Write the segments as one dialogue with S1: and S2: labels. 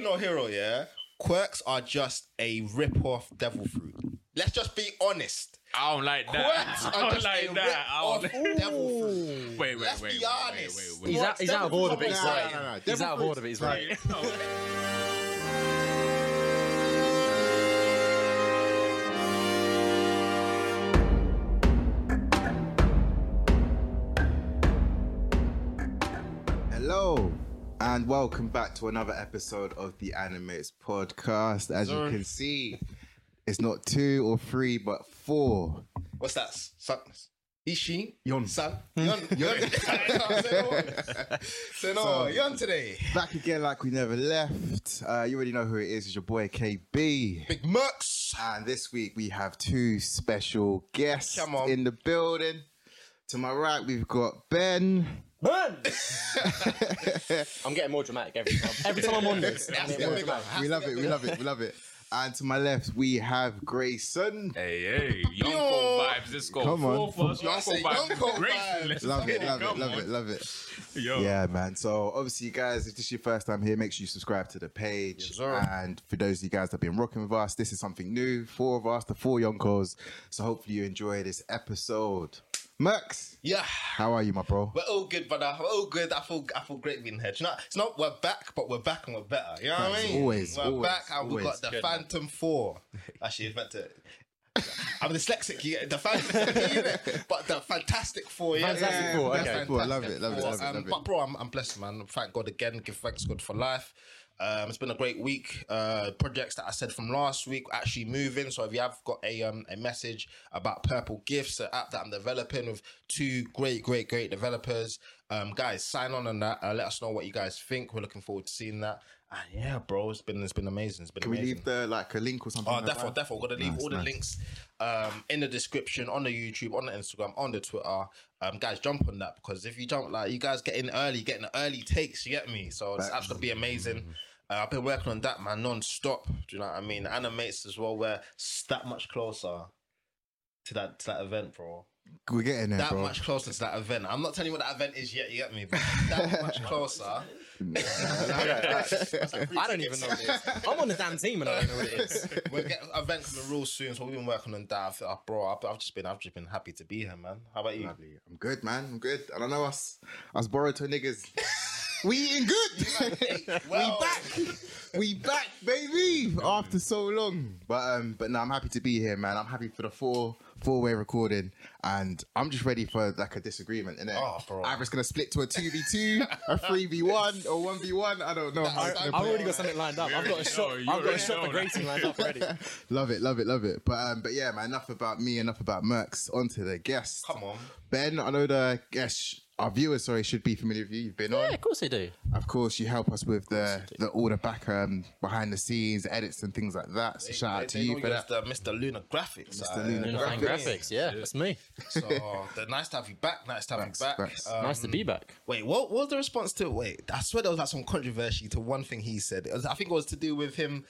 S1: no hero, yeah. Quirks are just a rip-off devil fruit. Let's just be honest.
S2: I don't like that.
S1: Quirks
S2: I
S1: are
S2: don't
S1: just
S2: like
S1: a
S2: that. I don't
S1: rip-off devil fruit.
S2: Wait, wait,
S1: Let's
S2: wait,
S1: be
S2: wait, wait,
S1: honest.
S2: wait, wait.
S3: He's out, he's out of order, but he's
S1: Nah,
S3: right.
S1: nah, nah, nah.
S3: He's out of order, but he's right.
S4: Hello and welcome back to another episode of the Animates podcast. As you can see, it's not two or three, but four.
S1: What's that? Sun? Ishi?
S4: Yon.
S1: Sun? Yon? Yon? Say no. Yon Oh, today.
S4: Back again like we never left. Uh, you already know who it is. It's your boy KB.
S1: Big Mercs.
S4: And this week we have two special guests
S1: Come on.
S4: in the building. To my right, we've got Ben.
S3: I'm getting more dramatic every time. every time I'm on this. I'm getting more
S1: big one.
S3: dramatic.
S4: We love it, we love it, we love it. And to my left, we have Grayson.
S2: Hey, hey, young
S1: Yo.
S2: Cole vibes. Let's go.
S4: Come on.
S2: Full force,
S1: I
S2: young
S1: say
S2: Cole
S1: Young Cole
S2: vibes. Great.
S1: vibes.
S2: Let's
S4: Love it,
S2: get
S4: love it,
S2: Come
S4: love
S2: on.
S4: it, love it.
S1: Oh.
S2: Yo.
S4: Yeah, man. So obviously, you guys, if this is your first time here, make sure you subscribe to the page. and for those of you guys that have been rocking with us, this is something new. Four of us, the four Yonkos. So hopefully you enjoy this episode. Max,
S1: Yeah.
S4: how are you, my bro?
S1: We're all good, brother. We're all good. I feel I feel great being here. Do You know, it's not we're back, but we're back and we're better. You know what I
S4: Thanks.
S1: mean?
S4: Always,
S1: we're
S4: always,
S1: back and we
S4: always.
S1: got the Phantom Four. Actually, it's meant to. I'm dyslexic. You get the Phantom, you know, but the Fantastic Four. Yeah,
S3: Fantastic Four, okay.
S4: Fantastic Four, love it, love it,
S1: Four.
S4: love it,
S1: Um,
S4: love it.
S1: But bro, I'm, I'm blessed, man. Thank God again. Give thanks God for life. Um, it's been a great week. Uh, projects that I said from last week actually moving. So if you have got a um, a message about Purple Gifts, an app that I'm developing with two great, great, great developers, um, guys, sign on on that. Uh, let us know what you guys think. We're looking forward to seeing that. And yeah, bro, it's been it's been amazing. It's been
S4: Can we
S1: amazing.
S4: leave the like a link or something?
S1: Oh,
S4: like
S1: definitely,
S4: that?
S1: definitely. We're gonna leave
S4: Nice,
S1: all the
S4: nice.
S1: links um, in the description, on the YouTube, on the Instagram, on the Twitter. Um, guys, jump on that because if you jump, like you guys get in early, getting the early takes. You get me? So it's absolutely be amazing. Uh, I've been working on that man non-stop. Do you know what I mean? Animates as well. We're s- that much closer to that to that event, bro.
S4: We're getting there,
S1: That
S4: bro.
S1: much closer to that event. I'm not telling you what that event is yet. You get me? But that much closer.
S3: I don't even know what it is. I'm on the damn team and I don't know what it is.
S1: We're getting event coming real soon, so we've been working on that. I feel, oh, bro, I've, I've just been, I've just been happy to be here, man. How about you?
S4: Lovely. I'm good, man. I'm good. I don't know us. Us Boruto niggas. we eating good.
S1: Well-
S4: we back. We back, baby. After so long. But um, but no, I'm happy to be here, man. I'm happy for the four four way recording, and I'm just ready for like a disagreement. And
S1: Oh, bro.
S4: I'm just gonna split to a two v two, a three v one, or one v one. I don't know. how it's gonna
S3: I've
S4: play
S3: already
S4: out.
S3: got something lined up. I've got a shot.
S2: know, you
S3: I've got a
S2: already
S3: shot
S2: know
S3: for grating lined up already.
S4: Love it, love it, love it. But um, but yeah, man. Enough about me. Enough about Mercs. On to the guests.
S1: Come on.
S4: Ben, I know the guess our viewers, sorry, should be familiar with you. You've been
S3: Yeah,
S4: on,
S3: of course they do.
S4: of course. You help us with the the all the back um, behind the scenes edits and things like that. So shout out to
S1: They- they
S4: you
S1: know
S4: for
S1: you
S4: that.
S1: as the Mr. Luna Graphics. Mr.
S4: Luna
S3: Luna Fine graphics, yeah, that's me.
S1: So uh, they're nice to have you back. Nice to have
S4: Thanks,
S1: you back.
S4: thanks.
S1: Um,
S3: nice to be back.
S1: Wait, what, what was the response to? Wait, I swear there was like some controversy to one thing he said. It was- I think it was to do with him.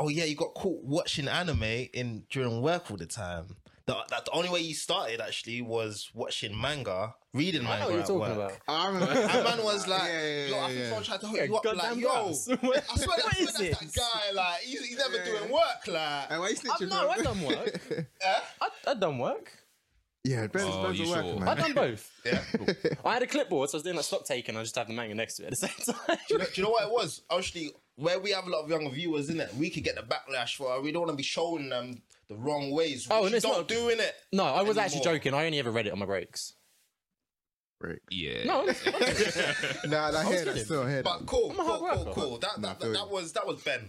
S1: Oh yeah, you got caught watching anime in during work all the time. The, that the only way you started actually was watching manga, reading manga.
S3: I know what you're
S1: at
S3: talking
S1: work.
S3: about.
S4: I remember.
S1: And man was like,
S4: Yeah, yeah,
S1: yo, I
S4: yeah,
S1: think
S4: yeah.
S1: someone tried to hook you up. Like,
S3: Goddamn
S1: yo, I
S3: glass.
S1: swear, I swear
S3: What is
S1: that's that
S3: this?
S1: guy. Like, he's, he's never doing work. Like,
S4: Hey, why
S3: I,
S4: you snitching?
S3: no,
S4: bro?
S3: I've done work. I, I've done work.
S4: yeah, Ben's,
S2: Oh,
S4: Ben's
S2: you
S4: a worker,
S2: sure?
S3: I've
S4: man.
S3: done both.
S1: yeah. do,
S3: I had a clipboard, so I was doing like stock taking. I just have the manga next to it at the same time.
S1: you know, do you know what it was? Actually, where we have a lot of young viewers in it, we could get the backlash for. We don't want to be showing them the wrong ways.
S3: Oh,
S1: Oh,
S3: and
S1: and
S3: it's
S1: not
S3: not-
S1: doing it.
S3: No, I was actually
S1: Anymore.
S3: joking. I only ever read it on my breaks.
S4: Right.
S2: Yeah.
S3: No,
S4: Nah, nah, I hear that
S3: kidding.
S4: still. I hear that.
S1: But cool,
S3: a
S1: cool,
S3: hard
S1: cool,
S3: worker.
S1: cool. That that,
S4: feel
S1: that,
S4: you.
S1: that was that was Ben.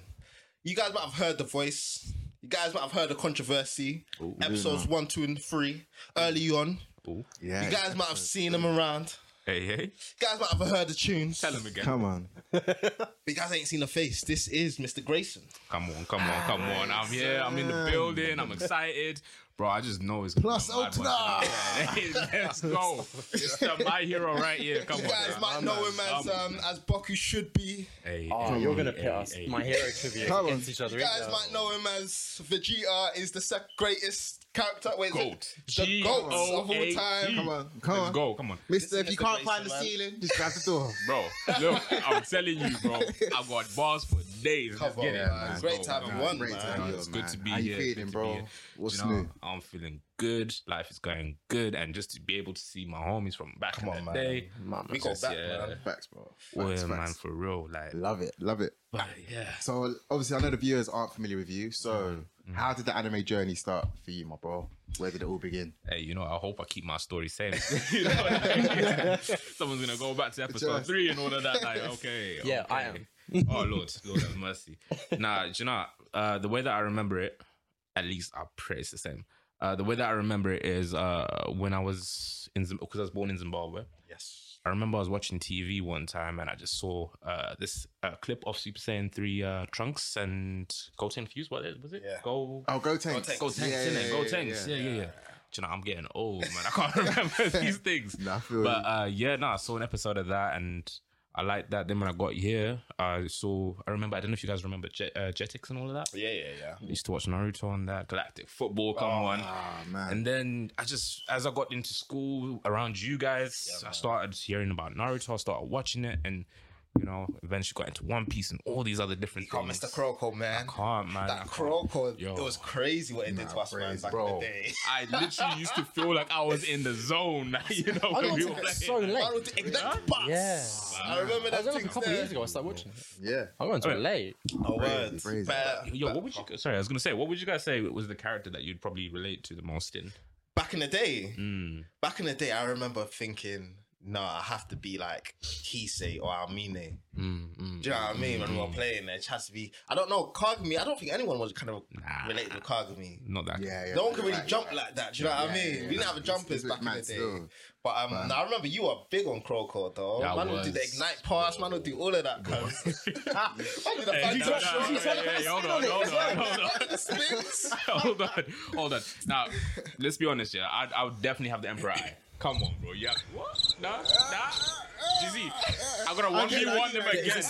S1: You guys might have heard the voice. You guys might have heard the controversy. Episodes one, two, and three early on.
S4: Yeah,
S1: You guys might have seen them around.
S2: Hey, hey.
S1: You guys might have heard the tunes.
S2: Tell him again.
S4: come on.
S1: But you guys ain't seen the face. This is Mr. Grayson.
S2: Come on, come on, come on. I'm here. I'm in the building. I'm excited. Bro, I just know it's gonna
S4: Plus
S2: be a mad
S4: Ultra.
S2: one tonight. Yeah. Let's go. It's the my hero right here. Come
S1: You
S2: on.
S1: guys
S2: man.
S1: might know him as
S2: Come
S1: um, as Baku should be.
S2: Hey,
S3: Oh,
S2: hey,
S3: you're gonna
S2: hey,
S3: pit us.
S2: hey.
S3: My hero trivia
S4: Come
S3: against
S4: on.
S3: each other.
S1: You
S3: isn't
S1: guys
S3: it?
S1: might know him as Vegeta is the sec- greatest character. Wait, is it
S2: Goat.
S1: the goat of all
S2: G-O-A-T.
S1: time.
S4: Come on, come
S2: Let's
S4: on.
S2: go. Come on.
S4: Mister, if
S1: Mr.
S4: you can't find the
S1: Grayson, man.
S4: ceiling, just grab the door.
S2: Bro, look, I'm telling you, bro. I got bars for days. Let's
S1: Cover,
S2: get it.
S1: man.
S2: Let's
S1: Great
S2: go,
S1: to have
S2: man.
S1: you on,
S4: Great to
S1: man.
S4: have you
S2: It's
S4: on,
S2: good
S4: man.
S2: to be
S4: How
S2: here.
S4: you feeling,
S2: good to
S4: bro?
S2: be here.
S4: What's
S2: you know,
S4: new?
S2: I'm feeling good. Life is going good, and just to be able to see my homies from back
S1: Come
S2: in
S1: on,
S2: the
S1: man.
S2: day.
S1: We go
S2: Just,
S1: back,
S2: yeah.
S1: man.
S4: Facts, bro.
S2: Oh,
S4: Facts,
S2: yeah, man,
S4: facts.
S2: for real. Like,
S4: Love it, love it.
S2: but yeah.
S4: So obviously, I know the viewers aren't familiar with you. So,
S2: Mm-hmm.
S4: how did the anime journey start for you, my bro? Where did it all begin?
S2: Hey, you know, I hope I keep my story same. You know what I mean? Someone's gonna go back to episode
S4: Just-
S2: three and all of that. Like, okay,
S3: Yeah,
S2: okay.
S3: I am.
S2: oh Lord, Lord have mercy. Nah, do you know uh, the way that I remember it? At least I pray it's the same. Uh, the way that I remember it is uh, when I was in because I was born in Zimbabwe.
S1: Yes.
S2: I remember I was watching TV one time and I just saw uh, this uh, clip of Super Saiyan three uh, Trunks and Goten Fuse. What was it?
S1: Yeah.
S2: Go
S4: Oh, go tanks.
S1: Tanks.
S2: Go tanks, innit? Go tanks. Yeah, yeah, yeah. Do you know, I'm getting old, man. I can't remember these things.
S4: Nah, I feel
S2: But
S4: you.
S2: uh, yeah, no, I saw an episode of that and I liked that. Then when I got here, I saw, I remember, I don't know if you guys remember Jet, uh, Jetix and all of that.
S1: Yeah, yeah, yeah.
S2: I used to watch Naruto and that, Galactic Football, come on.
S4: Ah man.
S2: And then I just, as I got into school around you guys, I started hearing about Naruto, I started watching it and, you know, eventually got into One Piece and all these other different
S1: Got
S2: things.
S1: Mr. Croco, man.
S2: Can't, man. I
S1: That
S2: can't.
S1: Croco,
S2: Yo.
S1: it was crazy what it did to us, man,
S4: crazy,
S1: back in
S4: bro.
S1: the day.
S2: I literally used to feel like I was in the zone, you know,
S3: I
S2: when we were
S3: watched
S2: playing.
S3: it so late.
S1: I don't think that box.
S3: Yeah.
S1: I remember
S3: I
S1: that
S3: was only
S1: thing.
S3: a couple of years ago I started watching it.
S4: yeah.
S3: I went to it late.
S1: Oh, words.
S4: Crazy.
S1: But-
S2: Yo, what would you? Sorry, I was gonna say, what would you guys say was the character that you'd probably relate to the most in?
S1: back in the day,
S3: Hmm,
S2: Mm.
S1: back in the day, I remember thinking, no, I have to be like Kisei or Amine.
S3: hmm,
S2: Mm, mm.
S1: Do you know what I mean? When we were playing, it has to be. I don't know, Kagami. I don't think anyone was kind of
S2: Nah.
S1: related to Kagami.
S2: Not that.
S4: Yeah, yeah.
S1: no one could
S4: you're
S1: really
S4: right,
S1: jump
S4: you're right.
S1: like that. Do you know what I
S4: Yeah,
S1: mean?
S4: yeah,
S1: we
S4: yeah.
S1: didn't have
S4: It's-
S1: jumpers
S4: it's a
S1: back in the
S4: mad
S1: day.
S4: still.
S1: But um, now I remember you were big on Croco though.
S2: Yeah, I
S1: man would do the
S2: was.
S1: ignite pass. Man would do all of that. cuz. man did a
S2: Hey,
S1: fantastic
S2: nah, nah, nah, hey, hey, hold on, hold on, hold on.
S1: Spins.
S2: hold on, hold on. Now, let's be honest, yeah. I, I would definitely have the emperor eye. Come on, bro. Yeah. What? Nah, nah. Do you see? I gotta one v one them
S4: okay.
S2: again.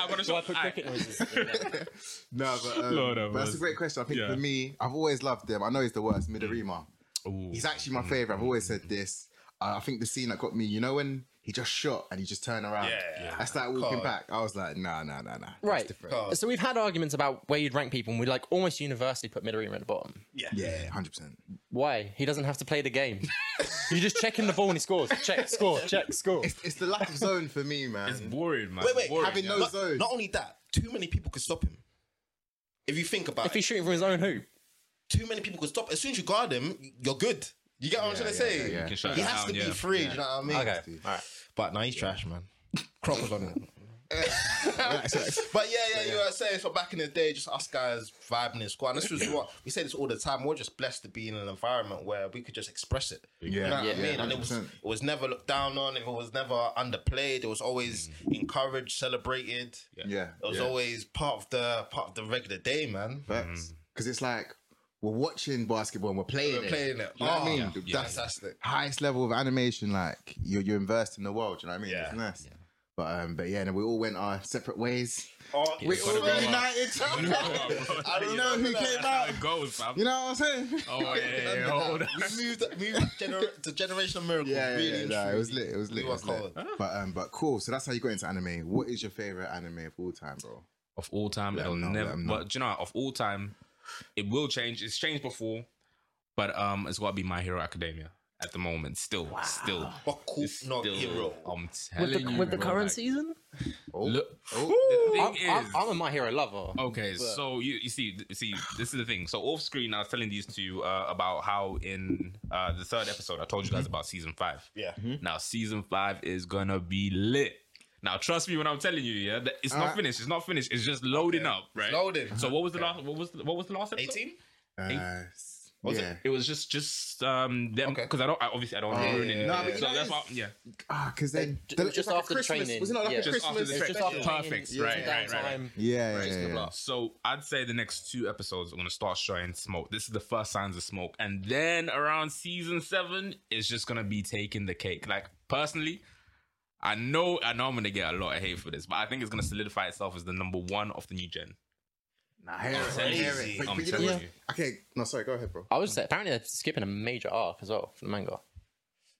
S2: I gotta
S3: Do I
S2: show.
S3: put
S2: Aye.
S3: cricket noises? in there?
S4: No, but, um,
S2: Lord have
S4: but that's a
S2: mercy.
S4: great question. I think
S2: Yeah. Mm.
S4: for me, I've always loved them. I know he's the worst, Midorima.
S2: Ooh.
S4: He's actually my favorite. I've always said this. Uh, I think the scene that got me, you know, when he just shot and he just turned around.
S1: Yeah.
S4: I started walking
S1: God.
S4: back. I was like, nah, nah, nah, nah. That's
S3: Right.
S4: different.
S1: God.
S3: So we've had arguments about where you'd rank people, and we like almost universally put Midorima at the bottom.
S1: Yeah.
S4: Yeah, hundred percent.
S3: Why? He doesn't have to play the game. you just check in the ball and he scores. Check, score, check, score.
S4: It's, it's the lack of zone for me, man.
S2: It's boring, man.
S1: Wait, wait,
S2: Boring,
S4: having
S2: yeah.
S4: no
S1: Not,
S4: zone.
S1: not only that, too many people could stop him. If you think about
S3: If
S1: it,
S3: he's shooting from his own hoop,
S1: too many people could stop. As soon as you guard him, you're good. You get what I'm trying to say?
S4: yeah, yeah. You
S2: can shut
S1: He
S2: it
S1: has
S2: down,
S1: to be
S2: yeah.
S1: free. Do you know what I mean?
S3: all right.
S1: But now he's trash, man. Crop was on him.
S4: Right, so-
S1: But yeah, yeah, you were saying so back in the day, just us guys vibing in squad. And this was what we say this all the time. We're just blessed to be in an environment where we could just express it. you
S4: Yeah.
S1: know what
S4: Yeah,
S1: I mean. And it was
S4: 100%.
S1: it was never looked down on. It was never underplayed. It was always encouraged, celebrated.
S4: yeah,
S1: It was
S4: yeah.
S1: always part of the part of the regular day, man.
S4: Facts. Because it's like we're watching basketball and we're playing
S1: We're
S4: it.
S1: playing it.
S4: You know what I
S1: Oh,
S4: mean?
S1: yeah.
S4: That's
S2: Yeah.
S1: Fantastic.
S4: highest level of animation. Like you're you're immersed in the world. You know what I mean?
S1: Yeah.
S4: It's nice. But um, but yeah, and we all went our separate ways.
S1: Oh,
S4: We
S2: gotta
S4: all
S2: grow up.
S4: reunited.
S1: I don't know
S4: who
S1: who
S4: came
S1: came
S4: out.
S1: out.
S2: How it goes, fam.
S4: you know what I'm saying?
S2: Oh yeah, yeah, yeah, hold on.
S1: We moved, moved gener- to Generation of Miracles.
S4: Yeah, yeah,
S1: really
S4: yeah,
S1: and
S4: nah, it was
S1: truly.
S4: lit. It was lit.
S1: We
S4: it
S1: were
S4: was lit.
S1: cold.
S4: But um, but cool. So that's how you got into anime. What is your favorite anime of all time, bro?
S2: of all time. it'll
S4: him know, let
S2: never.
S4: him know.
S2: But do you know, what? of all time, it will change. It's changed before, but um, it's got to be My Hero Academia at the moment. Still, still,
S1: Boku
S2: it's
S1: no
S2: still-
S1: Hero.
S2: I'm telling you, bro, like,
S3: season?
S2: Look,
S4: Oh,
S2: the
S3: I'm,
S2: thing
S3: I'm-
S2: is,
S3: I'm a My Hero lover.
S2: Okay, so you, you see you see this is the thing. So off screen, I was telling these two uh, about how in uh, the third episode I told you guys about season five.
S1: Yeah.
S4: Hmm?
S2: Now season five is gonna be lit. Now trust me when I'm telling you, yeah, that it's not
S4: Alright.
S2: finished. It's not finished. It's just loading up, right?
S1: Loading.
S2: So what was the last? What was the, what was the last episode?
S1: 18?
S4: uh,
S2: Was
S4: yeah.
S2: it? It was just just um them
S1: Okay.
S2: because I don't I, obviously I don't want to
S4: Oh,
S2: ruin
S1: yeah,
S2: it.
S1: yeah, No,
S4: yeah. but you
S2: so
S4: know
S2: that's
S4: it
S2: why
S4: is-
S2: yeah.
S4: Ah, because then
S3: It
S4: the-
S3: was
S4: it's
S3: just
S4: like a
S3: after the
S4: Christmas-
S3: training.
S4: Wasn't it like
S3: Yeah.
S4: a
S2: Just after
S4: Christmas?
S2: the
S3: It's just
S2: Perfect.
S3: after training,
S2: Perfect.
S3: some
S2: Right, right, right,
S3: downtime.
S4: Yeah, yeah, yeah, yeah.
S1: Blah.
S2: So I'd say the next two episodes are gonna start showing smoke. This is the first signs of smoke, and then around season seven, it's just gonna be taking the cake. Like personally, I know I know I'm gonna get a lot of hate for this, but I think it's gonna solidify itself as the number one of the new gen.
S4: Nah, hear it,
S2: telling
S4: hear
S2: you.
S4: it. But-
S2: I'm
S4: but you know
S2: telling
S4: what?
S2: you.
S4: Okay, no, sorry, go ahead, bro.
S3: I would say apparently they're skipping a major arc as well for the manga.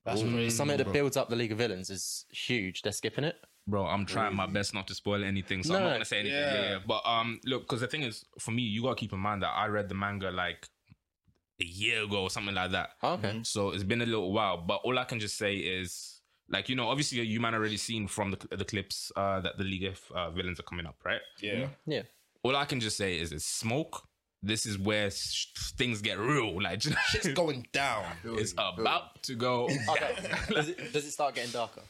S1: That's crazy.
S3: Something that builds up the League of Villains is huge. They're skipping it.
S2: bro, I'm trying my best not to spoil anything, so I'm
S3: No.
S2: not gonna say anything. Yeah.
S1: Yeah.
S2: yeah. But um, look, because the thing is, for me, you gotta keep in mind that I read the manga like a year ago or something like that.
S3: Okay.
S2: So it's been a little while, but all I can just say is, like, you know, obviously you man already seen from the, the clips uh, that the League of uh, Villains are coming up, right?
S1: Yeah.
S3: Yeah.
S2: All I can just say is, it's smoke. This is where sh- things get real. Like, do you know what I mean?
S1: It's going down.
S2: it's about to go.
S3: Okay. does, it, does it start getting darker?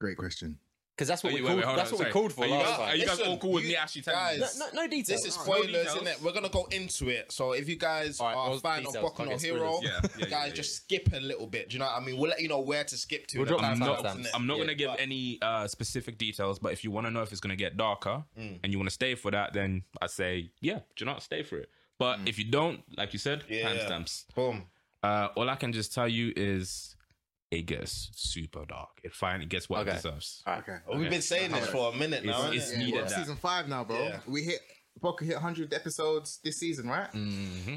S4: Great question.
S3: Because that's what
S2: Wait,
S3: we
S2: wait,
S3: called.
S2: wait, hold
S3: that's
S2: on,
S3: what
S2: sorry.
S3: we called for
S2: Are you
S3: last
S2: guys- are
S3: time.
S2: you guys all cool with me
S1: you
S2: actually telling you
S1: guys-
S3: No, no, no details.
S1: This is
S2: no
S1: spoilers,
S2: details.
S1: isn't it? We're gonna go into it. So if you guys
S3: All right,
S1: are
S3: well,
S1: a fan of
S3: details,
S1: Boku
S3: can't
S1: no
S3: get
S1: Hero,
S3: spoilers.
S2: Yeah, yeah, yeah,
S1: guys,
S2: yeah,
S1: just skip a little bit. Do you know what I mean? We'll let you know where to skip to. in the
S3: drop
S2: I'm
S1: timestamps,
S2: not,
S3: timestamps.
S1: innit?
S2: I'm not
S3: Yeah.
S2: going to give any uh, specific details, but if you want to know if it's going to get darker and you want to stay for that, then I say, yeah, do not stay for it. But if you don't, like you said,
S1: Yeah.
S2: timestamps.
S1: Boom.
S2: Uh, all I can just tell you is it gets super dark. It finally gets what
S3: Okay.
S2: it deserves.
S4: Okay.
S1: We've been saying this for a minute now.
S2: It's-
S1: innit?
S2: it's needed
S4: we're on
S2: that.
S4: season five now, bro.
S1: Yeah.
S4: We hit Boca hit 100 episodes this season, right?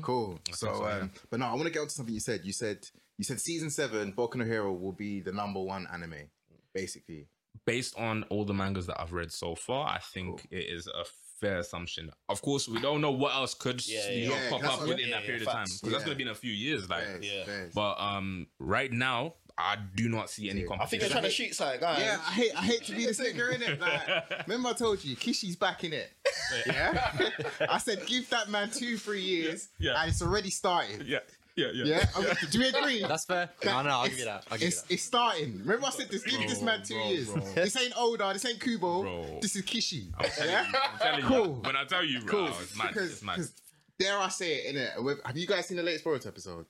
S4: Cool. So,
S2: Mm-hmm. so,
S4: um, but no, I want to get on to something you said. You said you said season seven, Boku no Hero will be the number one anime, basically.
S2: Based on all the mangas that I've read so far, I think it is a fair assumption. Of course, we don't know what else could
S1: Yeah,
S2: you
S1: yeah,
S2: know,
S4: yeah.
S2: pop
S4: That's
S2: up
S4: what-
S2: within
S1: yeah,
S2: that
S1: yeah,
S2: period of time
S1: facts.
S2: because that's
S4: Yeah.
S2: going to be in a few years. Like,
S4: Yes,
S1: Yeah.
S4: yes.
S2: But um, right now, I do not see any
S1: I think
S2: competition.
S1: they're trying to shoot something, guys.
S4: yeah, I hate I hate to be this nigga in it. Like, remember I told you Kishi's back in it. Yeah, I said give that man two three years,
S2: Yeah.
S4: and it's already started.
S2: yeah, yeah, yeah.
S4: Yeah, Okay, do we agree?
S3: That's fair. No, no, I'll give you that. I'll give you
S4: It's,
S3: that.
S4: it's starting. Remember, I said this. Give this man two
S1: bro,
S4: years.
S1: bro.
S4: This ain't Oda. This ain't Kubo.
S2: Bro.
S4: This is Kishi.
S2: telling
S4: Yeah?
S2: you, I'm telling
S4: Cool.
S2: you. When I tell you, bro, it's mad.
S4: Because-
S2: It's mad.
S4: because Dare I say it? Innit? With- Have you guys seen the latest Boruto episode?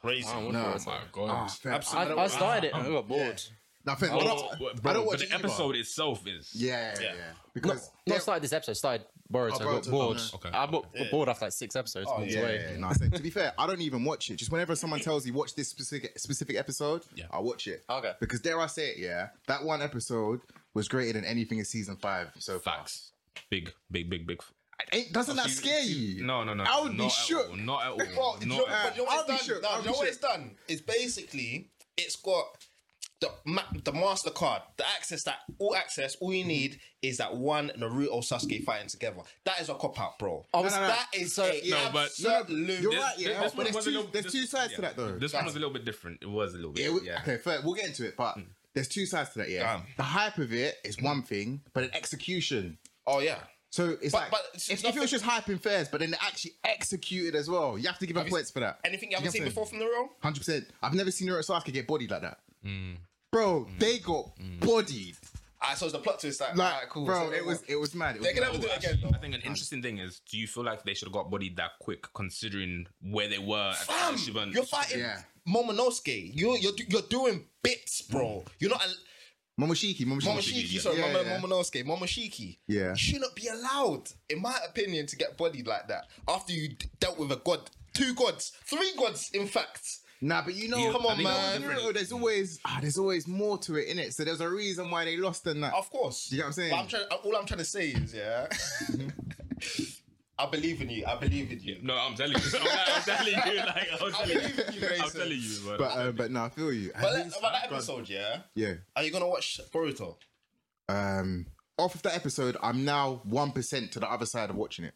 S1: Crazy.
S4: No.
S2: Oh my god.
S4: fair.
S1: Absolutely.
S4: I,
S3: I, I started it and we got bored.
S4: no, fair. Ah. I don't,
S2: Oh, Bro,
S4: I don't
S2: but
S4: watch
S2: the
S4: it either.
S2: episode itself is.
S4: Yeah, yeah,
S1: Yeah.
S4: yeah.
S3: Not,
S4: Because
S3: not
S4: Dare-
S3: started this episode. Started Boruto.
S4: Oh,
S3: I got
S4: Boruto,
S3: bored.
S4: oh,
S2: no. Okay.
S3: I got, got bored after like six episodes.
S1: Oh,
S3: moved
S1: yeah,
S3: away.
S4: yeah, yeah, no, I said, to be fair, I don't even watch it. Just whenever someone tells you watch this specific specific episode,
S2: Yeah.
S4: I watch it.
S3: Okay.
S4: Because dare I say it, yeah, that one episode was greater than anything in season five so far.
S2: Facts. Big, big, big, big.
S4: Ain't, doesn't that scare you?
S2: No, no, no.
S4: I would be
S2: not at
S4: shook.
S2: all, Not at all.
S1: Well, you know,
S2: not at
S1: but you know what
S4: I'll be
S1: it's
S4: sure,
S1: done? No,
S4: I'll
S1: you
S4: be
S1: know what
S4: sure.
S1: it's done? It's basically it's got the ma- the master card, the access that all access, all you need is that one Naruto Sasuke fighting together. That is a cop out, bro.
S3: I was-
S4: No, no, no.
S1: That is
S3: So-
S1: a
S2: No, but-
S1: absolute
S4: You're right,
S2: This- this
S4: yeah. but
S2: one
S4: there's
S2: was a
S4: two,
S2: little-
S4: there's
S2: this-
S4: two sides
S2: yeah.
S4: to that though.
S2: This one was a little bit different. It was a little bit.
S4: Yeah, we,
S2: Yeah.
S4: okay, fair. We'll get into it, but there's two sides to that. Yeah,
S1: Damn.
S4: the hype of it is one thing, but an execution.
S1: Oh yeah.
S4: So it's
S1: But-
S4: like
S1: but
S4: if,
S1: it's
S4: if it
S1: nothing-
S4: was just hyping fairs, but then they actually executed as well. You have to give them
S1: you
S4: points for that.
S1: Anything you haven't seen before from Naruto?
S4: Hundred percent. I've never seen Naruto Sasuke get bodied like that.
S2: Mm.
S4: Bro, they got bodied.
S1: I so it's the plot twist. Like,
S4: Like,
S1: alright, cool.
S4: bro,
S1: So
S4: it was it was mad. It was
S1: They can
S4: mad.
S1: never do it again.
S2: Actually,
S1: though.
S2: I think an interesting thing is, do you feel like they should have got bodied that quick, considering where they were? At the
S1: Fam,
S2: time Shivan-
S1: you're fighting
S4: Yeah.
S1: Momonosuke. You you're do- you're doing bits, bro. You're not. A,
S4: Momoshiki, Momoshiki.
S1: Momoshiki, sorry,
S4: Yeah,
S1: Momo-
S4: yeah.
S1: Momonosuke, Momoshiki.
S4: Yeah.
S1: You shouldn't be allowed, in my opinion, to get bodied like that after you d- dealt with a god, two gods, three gods, in fact.
S4: Nah, but you know,
S2: You-
S4: come
S2: I
S4: on,
S2: think that was
S4: man.
S2: different.
S4: Naruto, there's always ah, there's always more to it in it. So there's a reason why they lost than that.
S1: Of course.
S4: You get what I'm saying? Mm-hmm.
S1: But I'm trying, all I'm trying to say is, yeah, I believe in you. I believe in you.
S2: No, I'm telling you. I'm, like, I'm telling you. Like, I'm
S1: I
S2: telling
S1: believe
S2: you.
S1: in you, Grayson.
S2: I'm telling you. But,
S4: But uh, but no, I feel you.
S1: But that, but that episode, yeah,
S4: Yeah.
S1: are you going to watch Boruto?
S4: um, off of that episode, I'm now one percent to the other side of watching it.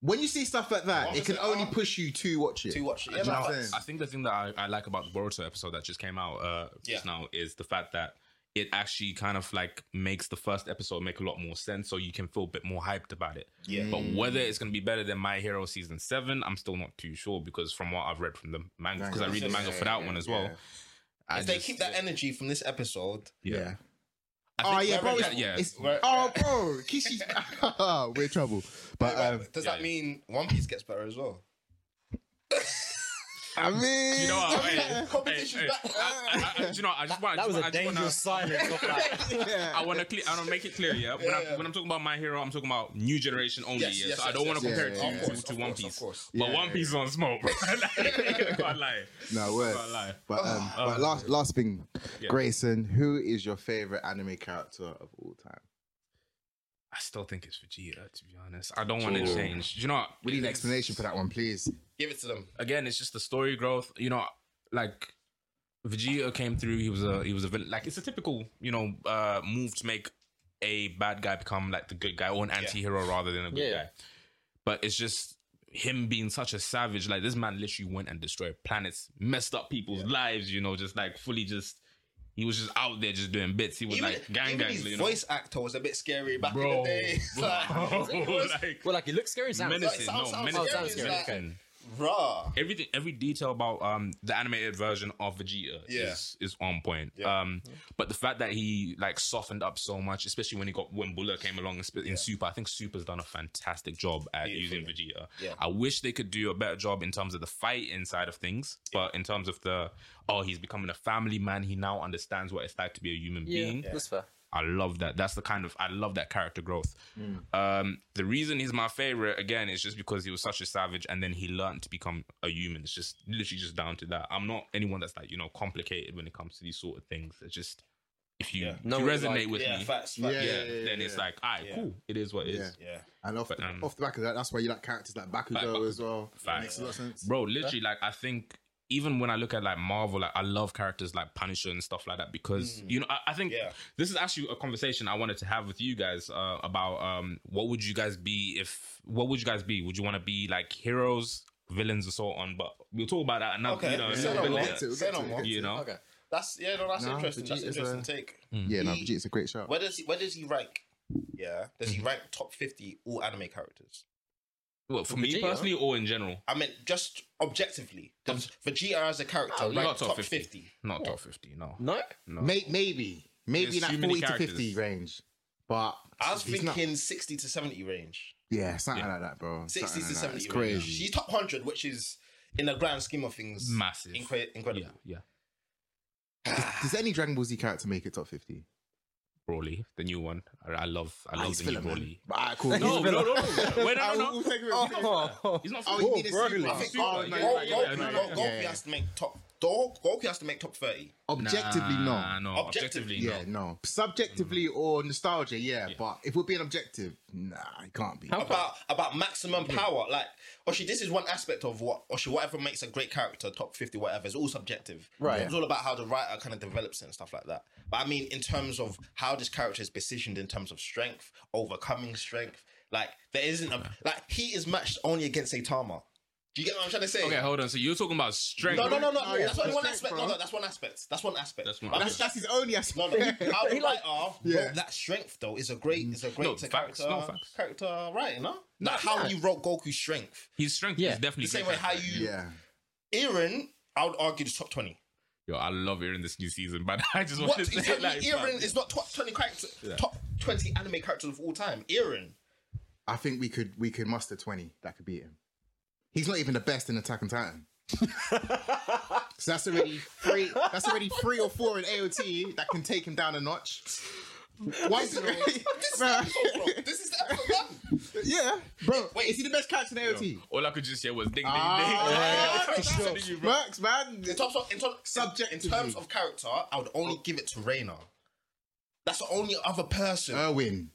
S4: When you see stuff like that, it can
S1: 1%
S4: only
S1: up.
S4: push you to watch it.
S1: To watch it,
S4: Do
S1: yeah,
S4: you know
S1: no,
S4: what I'm
S1: that's-
S2: I
S4: saying?
S2: think the thing that I, I like about the Boruto episode that just came out uh, just
S1: Yeah.
S2: now is the fact that it actually kind of like makes the first episode make a lot more sense, so you can feel a bit more hyped about it.
S1: Yeah.
S2: But whether it's going to be better than My Hero season seven, I'm still not too sure because from what I've read from the manga, because I read the manga for that one as well.
S4: Yeah.
S2: I
S1: If they
S2: just-
S1: keep that energy from this episode,
S2: yeah.
S4: Oh yeah,
S1: we're
S4: bro.
S1: in
S4: It's,
S2: trouble.
S4: it's-
S1: We're-
S4: oh, bro, Kishi's we're in trouble. But um,
S1: does
S2: yeah,
S1: that
S2: yeah.
S1: mean One Piece gets better as well?
S4: I mean,
S2: You know what? hey,
S1: Competition's
S2: hey, hey,
S1: back.
S2: I, I, I, you know, I just want.
S3: That was
S2: I
S3: a
S2: just wanna-
S3: dangerous silence. of like-
S4: yeah.
S2: I want to clear. I want to make it clear. Yeah. When, I,
S1: yeah.
S2: when I'm talking about my hero, I'm talking about new generation only.
S1: Yes,
S2: yeah.
S1: yes,
S2: so I
S1: yes,
S2: don't want to
S1: yes,
S2: compare
S4: yes,
S2: it to,
S4: yeah,
S2: to,
S1: yeah.
S2: to
S1: Of
S2: One
S1: course, of
S2: Piece.
S1: course.
S2: But
S4: Yeah,
S2: One Piece is on smoke, bro. like, can't lie.
S4: No words.
S2: Can't lie. Oh,
S4: But, um, but last last thing,
S2: Yeah.
S4: Grayson, who is your favorite anime character of all time?
S2: I still think it's Vegeta. To be honest, I don't want to change. You know, what?
S4: We need an explanation for that one, please.
S1: Give it to them.
S2: Again, it's just the story growth. You know, like Vegeta came through. He was a he was a villain. Like it's a typical you know uh move to make a bad guy become like the good guy or an anti-hero rather than a good
S3: Yeah.
S2: guy. But it's just him being such a savage. Like this man literally went and destroyed planets, messed up people's lives. You know, just like fully just. He was just out there just doing bits. He was
S1: Even,
S2: like gang
S1: even
S2: gang.
S1: his
S2: You know?
S1: voice actor was a bit scary back in
S2: bro.
S1: the day. It's like, it was
S2: like,
S3: Well, like, it looks scary. Sounds
S2: menacing.
S1: sounds-
S2: no,
S1: sounds
S2: menacing.
S3: scary, it's like-
S2: menacing.
S1: raw.
S2: Everything, every detail about um the animated version of Vegeta
S1: Yeah.
S2: is is on point.
S1: Yeah.
S2: Um, but the fact that he like softened up so much, especially when he got when Bullet came along in, in Super, I think Super's done a fantastic job at
S1: Beautiful.
S2: using Vegeta.
S1: Yeah.
S2: I wish they could do a better job in terms of the fight inside of things, but in terms of the oh, he's becoming a family man. He now understands what it's like to be a human
S3: Yeah,
S2: being.
S3: that's fair.
S2: I love that. That's the kind of I love that character growth. Um, the reason he's my favorite again is just because he was such a savage, and then he learned to become a human. It's just literally just down to that. I'm not anyone that's like you know complicated when it comes to these sort of things. It's just if you, if
S3: No,
S2: you
S3: it's
S2: resonate
S3: like-
S2: with
S1: Yeah,
S2: me,
S1: facts. facts.
S4: Yeah,
S2: yeah,
S4: yeah, yeah,
S2: then it's
S4: yeah.
S2: like, all right,
S1: Yeah.
S2: cool. It is what it is.
S4: Yeah.
S1: Yeah.
S4: And off,
S2: But,
S4: the,
S2: um,
S4: off the back of that, that's why you like characters like Bakugo
S2: Bakugo.
S4: as well.
S2: Fact.
S4: Makes a lot of sense.
S2: bro literally like i think even when i look at like marvel like i love characters like punisher and stuff like that because you know I, I think
S1: Yeah.
S2: this is actually a conversation i wanted to have with you guys uh, about um what would you guys be if what would you guys be would you want to be like heroes villains or so on but we'll talk about that another
S1: Okay.
S2: you know,
S1: Yeah,
S4: Yeah,
S1: no
S2: a bit
S4: we'll
S1: more.
S4: get
S2: later,
S4: to it, we'll
S1: Say
S4: get
S1: no
S4: to it,
S1: more.
S4: we'll
S2: you
S4: get to it.
S2: know
S3: Okay.
S1: That's yeah, no, that's
S4: Nah,
S1: interesting. That's
S4: Vegeta's a-
S1: interesting take.
S2: Mm.
S4: Yeah, no,
S1: He-
S4: Vegeta's a great shout.
S1: Where does he where does he rank? Yeah. Does
S2: Mm.
S1: he rank top fifty all anime characters?
S2: well for me
S3: Vegeta?
S2: personally or in general
S1: I mean just objectively. Does Vegeta as a character
S2: Oh,
S1: rank
S2: not top
S1: top
S2: 50.
S1: fifty?
S2: not top 50 no
S3: No?
S2: no
S4: May- maybe, maybe
S2: There's
S4: in that
S2: too many
S4: forty to
S2: characters.
S4: fifty range, but
S1: I was
S4: he's not-
S1: thinking sixty to seventy range.
S4: yeah, something like that, bro.
S1: Sixty
S4: Something
S1: to
S4: like that.
S1: seventy
S4: It's
S1: range.
S4: crazy.
S1: She's top hundred, which is in the grand scheme of things
S2: massive
S1: incre-
S2: yeah
S1: incredible.
S2: yeah
S4: Does any Dragon Ball Z character make it top fifty?
S2: broly the new one i, I love i love
S4: Oh, he's
S2: the new
S4: filler, man.
S2: broly
S4: Ah, cool.
S2: no, no, no, no, no. Wait, no,
S4: Ah,
S2: no,
S4: we'll
S2: no.
S4: take it, we'll take it.
S3: Oh,
S2: He's not.
S4: Oh,
S2: filler.
S4: you mean it's
S3: Broly.
S4: super.
S2: I think-
S4: Oh,
S2: yeah,
S4: no,
S2: yeah,
S4: you're
S1: Gol-
S2: yeah,
S4: right, you're
S1: Gol-
S4: right,
S2: no,
S4: you're
S2: no,
S1: Gol-
S4: right.
S2: no.
S1: Golgi
S4: Yeah, yeah.
S1: has to make top Gol- Golgi has to make top thirty.
S4: Objectively,
S2: Nah,
S4: no.
S2: no.
S1: Objectively,
S2: Objectively,
S4: Yeah,
S2: no.
S4: no. Subjectively or nostalgia, yeah, But if we're being objective, nah, it can't be.
S1: about about maximum
S2: Hmm.
S1: power. Like Oshi, this is one aspect of what Oshi, whatever makes a great character, top fifty, whatever, is all subjective.
S3: Right.
S1: It's all about how the writer kind of develops it and stuff like that. But I mean, in terms of how this character is positioned in terms of strength, overcoming strength, like there isn't a like he is matched only against Saitama. Do you get what I'm trying to say?
S2: Okay, hold on. So you're talking about strength.
S1: No, no, no, no.
S4: Oh, yeah.
S1: That's one, one
S4: Strength,
S1: aspect.
S4: bro.
S1: No, no, that's one aspect. That's one aspect.
S2: That's one
S1: But I'm
S4: That's
S1: just-
S4: that's his only aspect.
S1: no, no. How the writer
S4: Yeah. Mm.
S1: wrote that strength though is a great, is a great
S2: No,
S1: to
S2: facts,
S1: character,
S2: no, facts.
S1: character writing, no?
S2: No,
S1: like how
S2: yeah.
S1: he wrote Goku's strength.
S2: His strength
S3: Yeah.
S2: is definitely
S1: The same way
S2: great.
S1: how you,
S4: Yeah.
S1: Aaron, I would argue the top twenty.
S2: Yo, I love hearing this new season, but I just
S1: What?
S2: want to
S1: You
S2: say
S1: tell me
S2: like,
S1: Aaron
S2: man,
S1: is not top twenty character, top twenty anime characters of all time. Aaron,
S4: I think we could we could muster twenty that could beat him. He's not even the best in Attack on Titan. so that's already three. That's already three or four in AOT that can take him down a notch. Why is it? Bruh.
S1: this is the episode one.
S4: yeah, bro.
S1: Wait.
S4: is he the best character in AOT?
S2: all I could just hear was ding, ding, ding.
S4: Ah,
S1: for sure.
S2: You, bro.
S4: Works, man.
S1: In terms of in, terms- in
S4: Subjectively.
S1: terms of character, I would only give it to Reyna. That's the only other person.
S4: Irwin,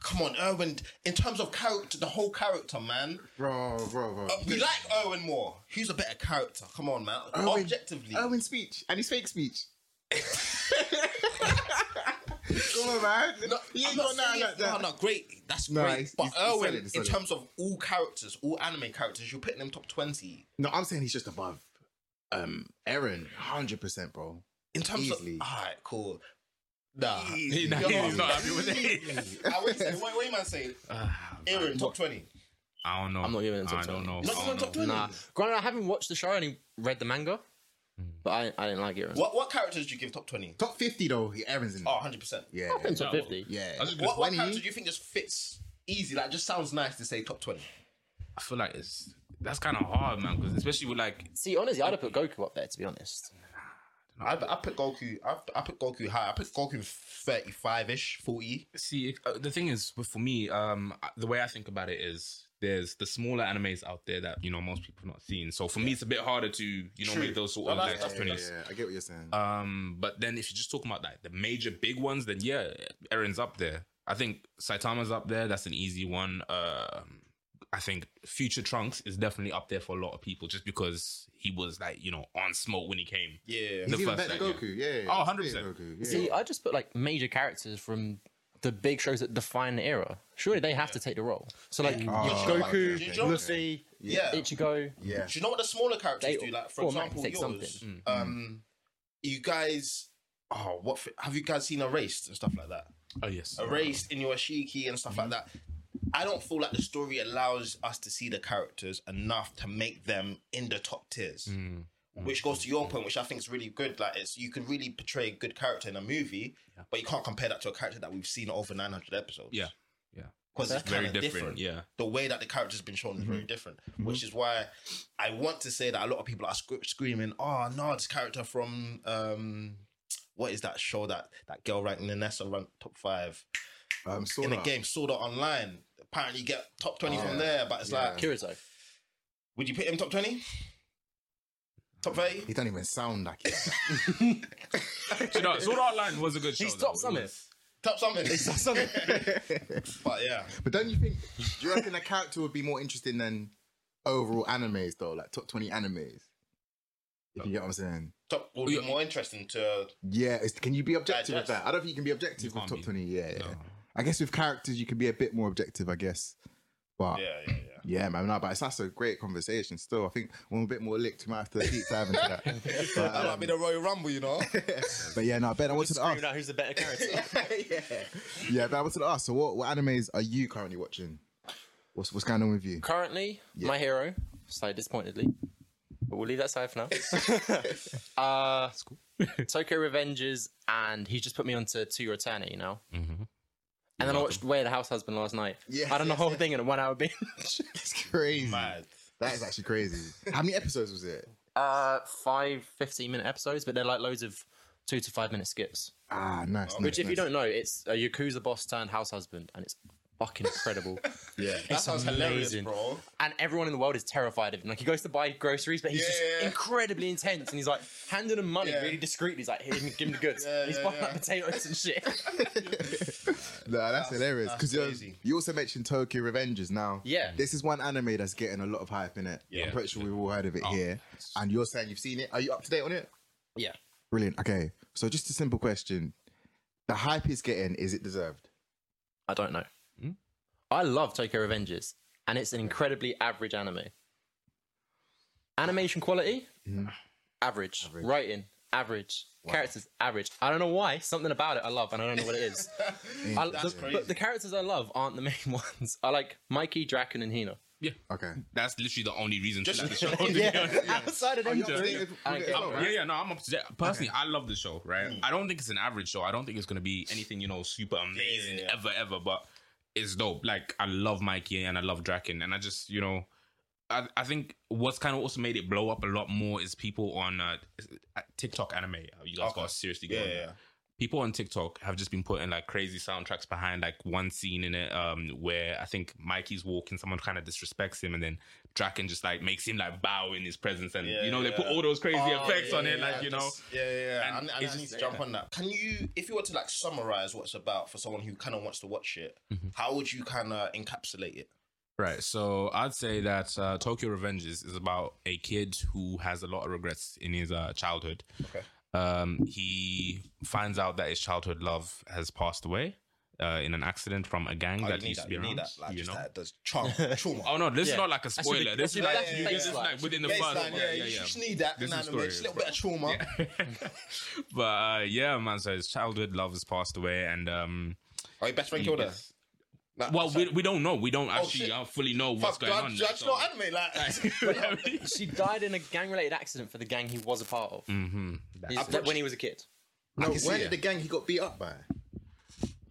S1: Come on, Erwin. In terms of character, the whole character, man.
S4: bro, bro, bro.
S1: Uh, we like Erwin more. He's a better character. Come on, man.
S4: Irwin-
S1: Objectively.
S4: Irwin speech and his fake speech. Come on, man.
S1: No,
S4: he
S1: I'm not
S4: ain't got nothing
S1: saying-
S4: like that.
S1: No, no, great. That's
S4: No,
S1: great.
S4: he's-
S1: but
S4: he's- he's
S1: Erwin,
S4: solid, he's
S1: in
S4: solid.
S1: terms of all characters, all anime characters, you're putting them top 20.
S4: No, I'm saying he's just above um Aaron, hundred percent, bro.
S1: In terms
S4: Easily.
S1: of. All right, cool. Nah.
S2: He- nah,
S1: You're
S2: he's not happy with it.
S1: Ah, wait, a second, wait, wait, man, say.
S2: Ah,
S1: Aaron, top 20.
S2: I don't know.
S3: I'm not giving it to
S2: I don't
S3: him.
S2: know.
S1: You're not even
S2: I don't
S1: top
S2: know.
S1: 20.
S3: nah. Granted, I haven't watched the show. I only read the manga,
S1: Hmm.
S3: but I, I didn't like it.
S1: What, what characters do you give top 20?
S4: Top fifty though, he- Aaron's in. there.
S1: Oh, 100%.
S4: yeah,
S3: I think top
S2: Yeah,
S3: 50.
S4: yeah.
S2: I was just gonna
S1: What, what
S4: 20?
S1: character do you think just fits easy? Like, just sounds nice to say top 20.
S2: I feel like it's that's kind of hard, man. Because especially with like,
S3: See, honestly, I'd have put Goku up there, to be honest.
S1: I, I put Goku. I, I put Goku high. I put Goku thirty-five ish, forty.
S2: see, uh, the thing is, for me, um, the way I think about it is. There's the smaller animes out there that you know most people have not seen, so for me it's a bit harder to you know
S1: True.
S2: make those sort
S1: No,
S2: of
S1: that's-
S2: like
S1: that's-
S2: top
S4: yeah,
S2: 20s.
S4: yeah, I get what you're saying.
S1: Uh,
S2: Um, but then if you're just talking about like the major big ones, then yeah, Erin's up there. I think Saitama's up there. That's an easy one. Um, I think Future Trunks is definitely up there for a lot of people just because he was like, you know, on smoke when he came.
S1: Yeah.
S2: The
S4: He's even
S2: first
S4: better than
S2: time,
S4: Goku. Yeah. yeah,
S2: Oh,
S4: yeah.
S2: 100%.
S4: Goku, yeah.
S3: See, I just put like major characters from the big shows that define the era. Surely they have to take the role. So like your Goku,
S1: Oh, okay, okay.
S3: Luffy,
S1: Yeah.
S3: Ichigo.
S4: Yeah.
S1: Do you know what the smaller characters
S3: They-
S1: do? Like, for
S3: or Max
S1: example,
S3: takes
S1: yours.
S3: something.
S1: Um, you guys, oh, what fi- have you guys seen Erased and stuff like that?
S2: Oh yes.
S1: Erased in Yoshiki and stuff like that. I don't feel like the story allows us to see the characters enough to make them in the top tiers. Which goes to your point, which I think is really good. Like, it's you can really portray a good character in a movie, but you can't compare that to a character that we've seen over 900 episodes.
S2: Yeah. Yeah.
S1: because it's
S2: Very
S1: kind of different. Mm-hmm.
S2: different, yeah.
S1: the way that the character's been shown is very different, which is why I want to say that a lot of people are sc- screaming, "Oh no, this character from um, what is that show that that girl ranked Nanessa ranked top five
S4: Um,
S1: in
S4: Sora.
S1: a game, Sword Art Online." Apparently, you get top twenty from
S4: Yeah.
S1: there, but it's
S4: Yeah.
S1: like,
S3: Kirizo.
S1: would you put him top twenty? Top
S4: He
S1: thirty?
S4: don't even sound like it.
S2: You know, Sword Art Online was a good show.
S3: He's
S2: though.
S3: top
S2: It
S3: summit.
S2: was-
S1: Top something? but yeah,
S4: But don't you think? Do you reckon a character would be more interesting than overall animes though, like top twenty animes? If you get what I'm saying.
S1: top would be more interesting to
S4: Yeah, it's, can you be objective with
S1: Digest.
S4: that? I don't think you can be objective
S2: You
S4: with
S2: can't
S4: top
S2: be.
S4: twenty. Yeah, yeah.
S2: No.
S4: I guess with characters you can be a bit more objective, I guess. But
S1: yeah,
S4: yeah,
S1: yeah, yeah.
S4: man, no, but it's that's a great conversation. Still, I think we're a bit more licked. We might have to deep dive into that. but,
S1: That might
S4: um,
S1: be the Royal Rumble, you know.
S4: but yeah, no, Ben, I wanted to ask.
S3: out who's the better character.
S4: yeah. yeah, but I wanted to ask. So, what, what animes are you currently watching? What's what's going on with you?
S3: Currently, my hero, slightly disappointedly, but we'll leave that aside for now. uh, Tokyo Revengers, and he just put me onto To Your Attorney now. Mm-hmm. And then I watched Way of the House Husband last night.
S4: Yeah,
S3: I done the
S4: yeah,
S3: whole thing in a one hour binge.
S4: It's crazy.
S1: Mad.
S4: That is actually crazy. How many episodes was it?
S3: uh, five 15 minute episodes, but they're like loads of two to five minute skips.
S4: Ah, nice.
S3: Which, if
S4: nice,
S3: you
S4: nice.
S3: don't know, it's a Yakuza boss turned house husband, and it's fucking incredible.
S1: That sounds hilarious,
S3: amazing.
S1: bro.
S3: and everyone in the world is terrified of him. Like he goes to buy groceries, but he's just
S1: Yeah.
S3: incredibly intense, and he's like handing him money
S1: Yeah.
S3: really discreetly. He's like, "Here, give him the goods."
S1: Yeah,
S3: he's
S1: yeah,
S3: buying
S1: yeah.
S3: like potatoes and shit.
S4: no, that's, hilarious.
S1: that's
S4: Because you,
S1: crazy.
S4: you also mentioned Tokyo Revengers. Now,
S3: Yeah.
S4: this is one anime that's getting a lot of hype in it.
S2: Yeah.
S4: I'm pretty sure we've all heard of it here. And you're saying you've seen it. Are you up to date on it?
S3: yeah,
S4: Brilliant. Okay, so just a simple question: the hype it's getting is it deserved?
S3: I don't know. I love Tokyo Revengers, and it's an incredibly average anime. Animation quality, average. Writing, average. Characters, average. I don't know why. Something about it I love, and I don't know what it is. I,
S1: That's
S3: the,
S1: crazy.
S3: But the characters I love aren't the main ones. I like Mikey, Draken, and Hina.
S4: Okay.
S2: That's literally the only reason to like the show.
S3: Outside of them,
S4: Up to date with-
S3: I get
S4: with it Oh, as
S3: it.
S4: well,
S2: Yeah,
S4: right?
S2: yeah, no, I'm up to date. Personally, I love the show, right?
S1: Mm.
S2: I don't think it's an average show. I don't think it's gonna be anything, you know, super amazing
S1: yeah.
S2: ever, ever, but it's dope. Like I love Mikey and I love Draken, and I just, you know, I, I think what's kind of also made it blow up a lot more is people on uh, TikTok anime. You guys
S1: Okay.
S2: gotta seriously go
S1: Yeah,
S2: on that
S1: yeah.
S2: people on TikTok have just been putting like crazy soundtracks behind like one scene in it um where I think Mikey's walking, someone kind of disrespects him, and then Draken just like makes him like bow in his presence, and
S1: Yeah,
S2: you know they put
S1: yeah.
S2: all those crazy
S1: Oh,
S2: effects
S1: yeah,
S2: on it,
S1: yeah,
S2: like you know.
S1: just- yeah, yeah. yeah.
S2: and
S1: And, I,
S2: it's
S1: I need
S2: just-
S1: to jump
S2: yeah.
S1: on that. Can you, if you were to like summarize what it's about for someone who kind of wants to watch it,
S2: Mm-hmm.
S1: how would you kind of encapsulate it?
S2: Right. So I'd say that uh, Tokyo Revengers is about a kid who has a lot of regrets in his uh, childhood.
S1: Okay.
S2: Um, he finds out that his childhood love has passed away uh, in an accident from a gang
S1: Oh,
S2: that
S1: you need
S2: used
S1: that.
S2: to be
S1: You
S2: around.
S1: need that. Like,
S2: you
S1: just
S2: know.
S1: that. There's trauma. trauma.
S2: Oh no! This
S3: Yeah.
S2: is not like a
S3: That should be-
S2: spoiler. this is
S3: that
S2: like,
S3: should be
S2: you
S3: like
S2: get this
S3: baseline.
S2: like within the
S1: Baseline,
S2: first.
S1: yeah, you just need that.
S2: This
S1: in
S2: is
S1: anime,
S2: story.
S1: Just a little bit of trauma.
S2: but uh, yeah, man. So his childhood love has passed away, and um,
S1: Oh, your best friend killed her.
S2: Yes.
S1: Like,
S2: well, we,
S1: sorry. Oh,
S2: we don't know. We don't
S1: shit.
S2: actually uh, fully know what's
S1: Fuck,
S2: going
S1: judge,
S2: on.
S1: Judge not anime. Like,
S3: She died in a gang-related accident for the gang he was a part of
S2: mm-hmm.
S3: He's- when he was a kid.
S4: No,
S1: can see
S4: where
S1: it.
S4: did the gang he got beat up by?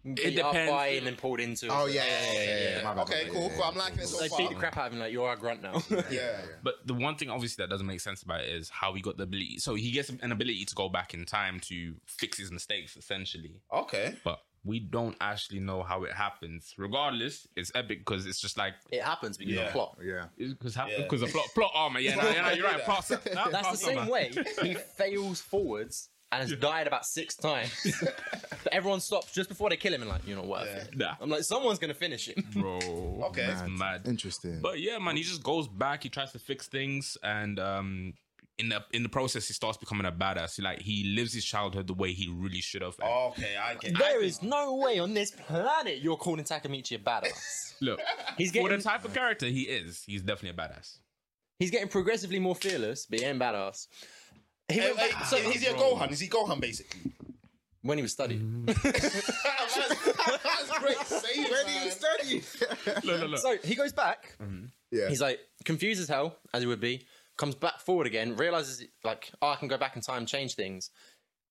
S3: Beat up
S2: depends.
S3: by and then pulled into.
S4: Oh yeah, yeah, yeah, yeah. yeah. My bad, my
S1: okay,
S4: bad,
S1: cool,
S4: yeah,
S1: cool.
S4: yeah.
S1: I'm liking it so
S3: They
S1: far.
S3: beat the crap out of him like you're our grunt now.
S1: Yeah.
S2: But the one thing, obviously, that doesn't make sense about it is how he got the ability. So he gets an ability to go back in time to fix his mistakes, essentially.
S1: Okay.
S2: But we don't actually know how it happens. Regardless, it's epic because it's just like
S3: it happens because
S1: Yeah.
S3: of plot.
S4: Yeah.
S2: because
S1: Yeah.
S2: because the plot plot armor. Yeah, no, yeah, no, you're right. Pass, that,
S3: That's the same way he fails forwards and has died about six times. but everyone stops just before they kill him and like, you're not worth
S1: Yeah.
S3: it.
S2: Nah.
S3: I'm like, someone's gonna finish it.
S2: bro.
S1: Okay.
S2: it's mad.
S4: Interesting.
S2: But yeah, man, he just goes back. He tries to fix things, and um, in the in the process, he starts becoming a badass. He, like he lives his childhood the way he really should have. And
S1: Okay, I get.
S3: There is no way on this planet you're calling Takamichi a badass.
S2: Look,
S3: He's
S2: for the
S3: getting
S2: type of character he is, he's definitely a badass.
S3: he's getting progressively more fearless, but he ain't badass. He
S1: Hey,
S3: went
S1: hey,
S3: back-
S1: eh, so
S3: so
S1: is he a Gohan? Is he Gohan basically?
S3: when he was studying.
S1: that's, that's great. Save
S4: Where do you study?
S2: Look, look, look.
S3: So he goes back.
S4: yeah.
S3: He's like confused as hell, as he would be. Comes back forward again. Realizes like, oh, I can go back in time, change things.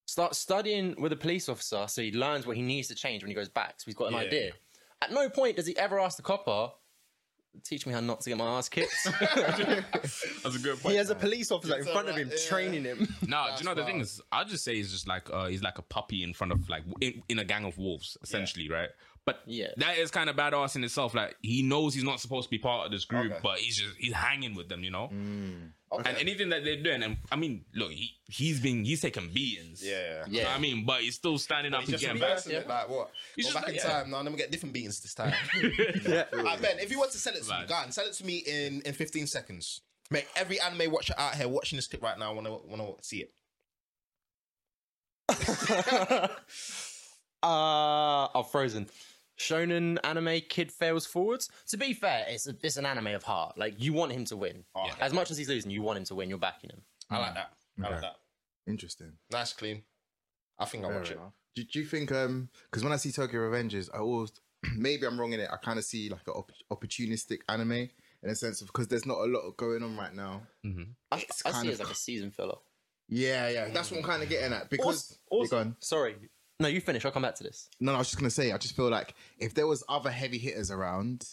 S3: Starts studying with a police officer, so he learns what he needs to change when he goes back. So he's got an
S1: Yeah.
S3: idea. At no point does he ever ask the copper, "Teach me how not to get my ass kicked."
S2: That's a good point.
S3: he has a police officer in front of him,
S1: alright, yeah.
S3: training him.
S2: No, do you know the thing is, I'll just say he's just like uh, he's like a puppy in front of like in, in a gang of wolves, essentially, right? But
S3: Yeah.
S2: that is kind of badass in itself. Like he knows he's not supposed to be part of this group,
S1: Okay.
S2: but he's just he's hanging with them, you know.
S3: Mm.
S2: And anything that they're doing, and I mean, look, he he's been he's taking beatings.
S1: Yeah.
S2: You know what I mean, but he's still standing up
S1: He's
S2: and
S1: just
S2: getting back.
S1: reversing it, like what?
S2: He's
S1: Go
S2: just
S1: back in
S2: like-
S1: time now. Let me get different beatings this time. Alright, ben, if you want to sell it to me,
S2: Right.
S1: go on, sell it to me in, in 15 seconds. Make every anime watcher out here watching this clip right now want to want to see it.
S3: Uh, oh, Frozen. Shonen anime kid fails forwards. To be fair, it's, a, it's an anime of heart. Like, you want him to win.
S1: Oh, Yeah.
S3: As much as he's losing, you want him to win. You're backing him.
S1: I
S2: Mm.
S1: like that. I like
S4: Okay.
S1: that.
S4: Interesting.
S1: Nice, clean. I think I'll
S4: Fair
S1: watch it.
S4: enough. Do, do you think um because when I see Tokyo Revengers, I always maybe I'm wrong in it. I kind of see like an opp- opportunistic anime in a sense of because there's not a lot going on right now.
S3: I, I
S4: kind
S3: see it
S4: of-
S3: as like a season filler.
S4: Yeah, yeah, that's what I'm kind of getting at because Go on.
S3: Sorry. No, you finish. I'll come back to this.
S4: no, I was just gonna say I just feel like if there was other heavy hitters around,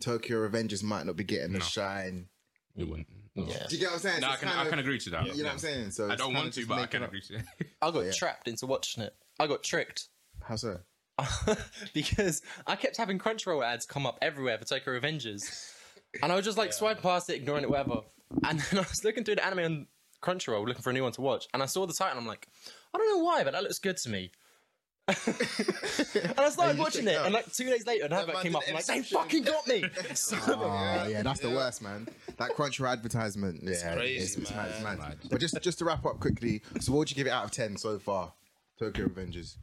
S4: Tokyo Revengers might not be getting the shine.
S2: It wouldn't. No,
S3: Yeah.
S4: Do you get what I'm saying? So
S2: I
S4: it's
S2: can
S4: kind
S2: I
S4: of-
S2: can agree to that.
S4: You know what I'm saying? So
S2: I
S4: it's
S2: don't
S4: kind
S2: want
S4: of
S2: to,
S4: just
S2: but I
S4: making
S2: can
S4: up-
S2: agree to it.
S3: I got trapped into watching it. I got tricked
S4: How so?
S3: because I kept having Crunchyroll ads come up everywhere for Tokyo Avengers. And I was just like swiping past it, ignoring it, whatever. And then I was looking through the anime on Crunchyroll, looking for a new one to watch. And I saw the title and I'm like, I don't know why, but that looks good to me. and I started watching it.
S4: checked out.
S3: And like two days later, an advert
S1: man
S3: came
S1: did
S3: up. I'm like, they
S1: Inception.
S3: fucking got me.
S4: Oh yeah, that's the worst, man. That Crunchyroll advertisement. Yeah, it's
S1: crazy,
S4: it's, mad, it's
S1: man.
S4: mad. But just just to wrap up quickly, so what would you give it out of ten so far? Tokyo Revengers.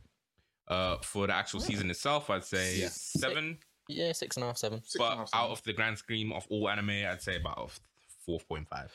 S2: Uh, for the actual season itself, I'd say seven.
S3: yeah, six and a half, seven.
S4: Six and a
S2: but
S4: half,
S2: out of the grand scheme of all anime, I'd say about four point five.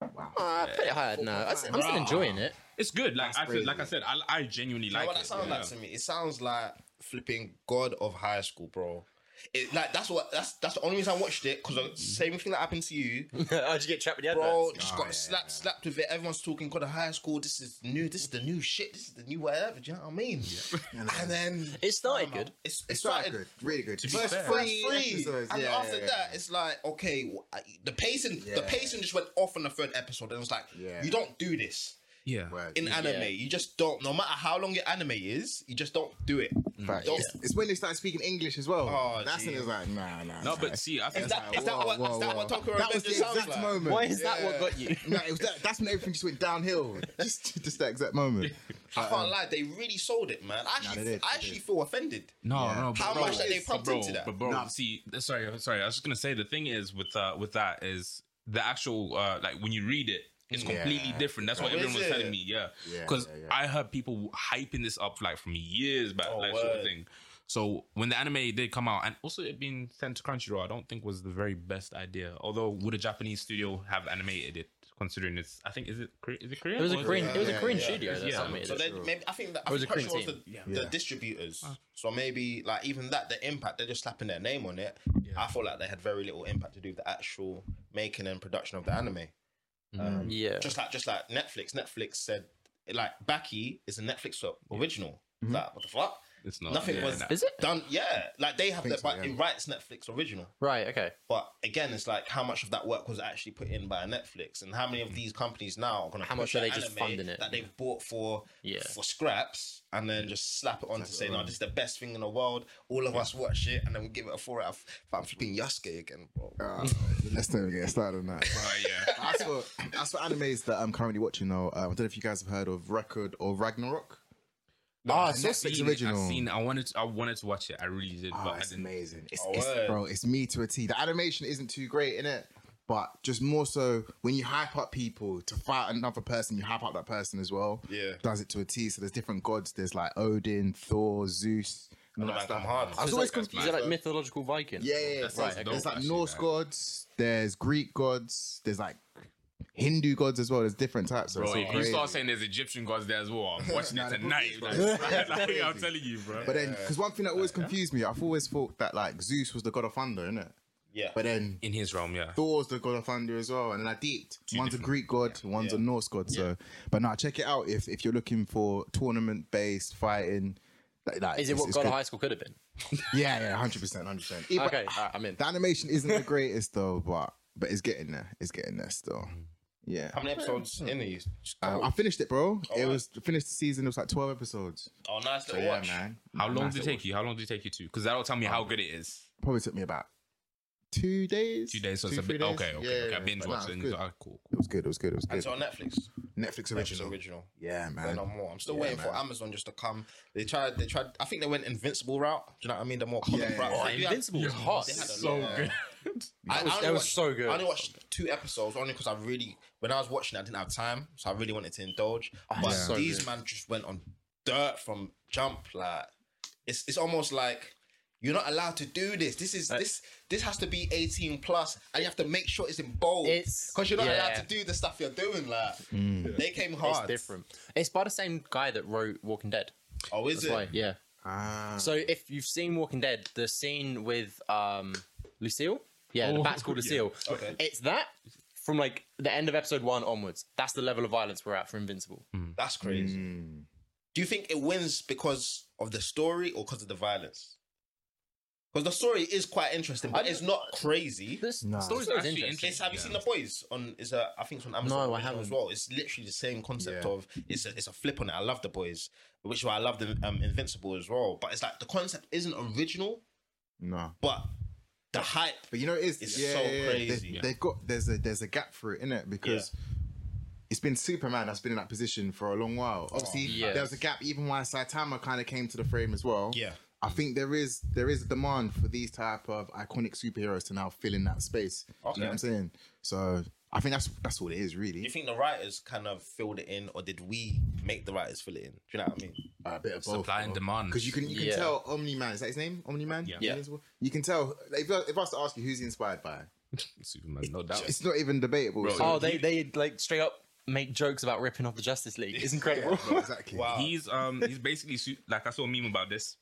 S3: Uh, put it higher. No, I- I'm still enjoying it.
S2: It's good. Like I feel,
S4: crazy.
S2: like I said, I, I genuinely
S1: You know
S2: like
S1: what
S2: it.
S1: that sounds like to me? It sounds like flipping God of High School, bro. It, like that's what that's that's the only reason I watched it because the
S2: Mm.
S1: same thing that happened to you,
S3: I just get trapped with the adverts.
S1: bro. Just got slapped slapped with it. Everyone's talking God of High School. This is new. This is the new shit. This is the new whatever. Do you know what I mean? And then
S3: It started good.
S1: it's, it
S4: It's not
S1: started
S4: good. Really good.
S2: be fair.
S1: Free,
S4: episodes,
S1: and
S4: yeah,
S1: after
S4: yeah,
S1: that, it's like okay, w- I- the pacing, the
S4: Yeah.
S1: pacing just went off on the third episode, and it was like,
S4: Yeah.
S1: you don't do this
S2: Yeah.
S4: Word.
S1: in anime.
S3: Yeah.
S1: You just don't. No matter how long your anime is, you just don't do it.
S4: Fact.
S1: Don't-
S4: It's, it's when they start speaking English as well.
S1: Oh,
S4: that's when
S1: gee.
S4: it's like nah, nah.
S2: No,
S4: nah.
S2: but see, I think
S1: Is that, is that
S4: Whoa,
S1: what, is
S4: whoa,
S1: that
S4: whoa.
S1: what Tokyo
S4: That was the
S1: Revengers sounds
S4: exact
S1: like?
S4: moment.
S3: Why is that what got you?
S4: no, it was that, that's when everything just went downhill. just, just that exact moment.
S1: I can't lie, they really sold it, man. I actually,
S4: Uh-uh. they did,
S1: I
S4: they
S1: actually
S4: did.
S1: feel offended.
S2: No,
S4: Yeah.
S2: no.
S1: How
S2: bro,
S1: much that they
S2: but
S1: pumped
S2: bro,
S1: into that?
S2: But bro,
S4: Nah.
S2: see, sorry, uh, sorry. I was just gonna say the thing is with uh with that is the actual uh like when you read it. It's
S4: Yeah.
S2: completely different. That's what
S1: Is
S2: everyone was
S1: it?
S2: telling me. Yeah,
S4: Yeah,
S2: because
S4: yeah, yeah.
S2: I heard people hyping this up like from years back,
S1: Oh,
S2: like sort
S1: word.
S2: of thing. So when the anime did come out, and also it being sent to Crunchyroll, I don't think was the very best idea. Although, would a Japanese studio have animated it? Considering it's, I think is it Kore- is it Korean?
S3: It was a
S2: Or is
S3: Korean. It was a
S4: yeah,
S3: Korean
S4: yeah.
S3: studio that
S2: Yeah.
S3: submitted
S1: So
S3: it.
S1: they, maybe I think that I
S3: was
S1: think
S3: a Korean
S1: Crunchyroll was the,
S3: team.
S1: the
S4: Yeah.
S1: distributors. So maybe like even that the impact they're just slapping their name on it. I feel like they had very little impact to do with the actual making and production of the anime. Um,
S3: Yeah.
S1: Just like just like Netflix. Netflix said like Baki is a Netflix o- original. Like what the fuck?
S2: It's not.
S1: Nothing
S2: yeah,
S1: was
S2: nah.
S3: Is it?
S1: done. Yeah, like they have
S4: think
S1: that,
S4: so,
S1: but
S4: yeah.
S1: it writes Netflix original.
S3: Right. Okay.
S1: But again, it's like how much of that work was actually put in by Netflix, and how many of these companies now are going to
S3: Mm-hmm. How much are they just funding it?
S1: that they've bought for
S3: Yeah.
S1: for scraps, and then just slap it on to say, "No, this is the best thing in the world." All of us watch it, and then we give it a four out of. But I'm flipping Yasuke again, bro.
S4: Uh, let's never get started on that.
S2: Uh, yeah.
S4: As for as for animes that I'm currently watching though, uh, I don't know if you guys have heard of Record or Ragnarok.
S2: Ah,
S4: Netflix original.
S2: I've seen. I wanted. To, I wanted to watch it. I really did,
S4: Oh,
S2: but I
S4: it's
S2: didn't.
S4: amazing. It's,
S1: Oh,
S4: it's-
S1: word.
S4: bro, it's me to a T. The animation isn't too great in it, but just more so when you hype up people to fight another person, you hype up that person as well.
S1: Yeah.
S4: Does it to a T. So there's different gods. There's like Odin, Thor, Zeus. And all
S1: Man,
S4: that
S1: come
S4: stuff.
S1: hard.
S4: I was
S3: So
S4: always
S3: it's like,
S4: confused.
S3: Is it like mythological Viking?
S4: yeah, yeah, yeah.
S2: That
S4: So
S2: sounds
S4: it's-
S2: dope,
S4: there's like
S2: actually,
S4: Norse
S2: man.
S4: gods, there's Greek gods, there's like Hindu gods as well. There's different types. so
S2: Bro,
S4: it's
S2: if you
S4: crazy.
S2: start saying there's Egyptian gods there as well, I'm watching it
S4: Nah, the
S2: tonight.
S4: Greek
S2: like,
S4: gods.
S2: like,
S4: Crazy.
S2: I'm telling you, bro.
S4: But then, because one thing that always confused me, I've always thought that like Zeus was the god of thunder, innit?
S1: Yeah,
S4: But then
S2: in his realm, yeah.
S4: Thor's the god of thunder as well, and I deeped. One's a Greek god, one's a Norse god. So, but now check it out if if you're looking for tournament based fighting. Like, like,
S3: Is it
S4: it's-
S3: what
S4: it's
S3: God of
S4: good.
S3: High School could have been?
S4: Yeah, yeah, hundred percent, hundred percent.
S3: Okay, alright, I'm in.
S4: The animation isn't the greatest though, but but it's getting there. It's getting there still.
S2: Mm-hmm.
S4: Yeah.
S1: how many episodes in these?
S4: Uh, I finished it, bro. it
S1: right.
S4: was finished the season. It was like twelve episodes.
S1: Oh, nice
S4: So
S1: little
S4: yeah,
S1: watch.
S4: man.
S2: How long
S4: Nice
S2: did it
S4: little
S2: take you? How long did it take you to? Because that'll tell me how good it is.
S4: probably took me about two days.
S2: Two days, so it's a
S4: three
S2: bit
S4: days.
S2: okay. Okay,
S4: Yeah,
S2: okay. I
S4: yeah,
S2: binge
S4: but nah,
S2: watched it.
S4: it's
S2: and-
S4: good.
S2: ah, cool,
S4: It was good. It was good. It was
S1: And it's
S4: good.
S1: on Netflix.
S4: Netflix
S1: Netflix
S4: original.
S1: original.
S4: Yeah,
S1: But
S4: man.
S1: no more. I'm still
S4: Yeah,
S1: waiting for
S4: man.
S1: Amazon just to come. They tried. They tried. I think they went Invincible route. Do you know what I mean? The more comic
S4: Yeah.
S1: route.
S4: Oh,
S1: They do have-
S3: Invincible was hot.
S1: they had a
S2: So
S1: lot.
S2: good.
S1: I,
S3: That was-
S1: I only
S3: that was
S1: watched-
S3: so good.
S1: I only watched two episodes only because I really, when I was watching, it, I didn't have time, so I really wanted to indulge. but
S3: Ah, so
S1: these
S3: good.
S1: man just went on dirt from jump. Like it's it's almost like you're not allowed to do this. This is this this has to be 18 plus, and you have to make sure it's in bold
S3: It's-
S1: because you're not allowed
S3: yeah. Mm.
S1: to do the stuff you're doing. Like they came
S3: It's
S1: hard.
S3: different. It's by the same guy that wrote Walking Dead.
S1: Oh, is
S3: That's
S1: it?
S3: why. Yeah.
S4: Ah,
S3: So if you've seen Walking Dead, the scene with um Lucille, yeah, the
S2: Oh,
S3: bat's called
S2: yeah.
S3: Lucille.
S1: Okay.
S3: It's that from like the end of episode one onwards. That's the level of violence we're at for Invincible.
S2: Hmm.
S1: That's
S3: Mm.
S1: crazy.
S4: Mm,
S1: Do you think it wins because of the story or because of the violence? Because the story is quite interesting, but it's not crazy.
S3: This
S4: Nah.
S3: story's
S2: It's
S3: always
S2: actually interesting.
S3: interesting.
S1: It's, have you
S2: Yeah.
S1: seen the boys on? Is a I think it's on Amazon.
S3: No, I
S1: original As
S3: haven't.
S1: well, it's literally the same concept
S4: Yeah.
S1: of it's a, it's a flip on it. I love the boys, which is why I love the um, Invincible as well. But it's like the concept isn't original,
S4: no.
S1: but the hype.
S4: But you know, it is,
S1: It's
S4: yeah,
S1: so
S4: yeah, yeah. They-
S1: crazy.
S4: They, have got there's a there's a gap for it in it because it's been Superman that's been in that position for a long
S1: Oh,
S4: while. Obviously,
S3: yeah.
S4: there was a gap even why Saitama kind of came to the frame as well.
S1: Yeah.
S4: I think there is there is a demand for these type of iconic superheroes to now fill in that space. Do you know
S1: Okay.
S4: what I'm saying? So I think that's that's all it is really.
S1: Do you think the writers kind of filled it in, or did we make the writers fill it in? Do you know what I mean?
S4: a bit of both,
S2: Supply and
S4: bro.
S2: demand.
S4: Because you can you can
S3: Yeah.
S4: tell Omni Man is that his name Omni Man
S2: Yeah.
S4: you can tell if I- if I was to ask you who's he inspired by
S2: Superman, no doubt.
S4: it's not even debatable
S2: Bro,
S4: so-
S3: Oh, they they like straight up make jokes about ripping off the Justice League. It's incredible.
S4: Bro, exactly
S1: Wow.
S2: he's um he's basically su- like I saw a meme about this.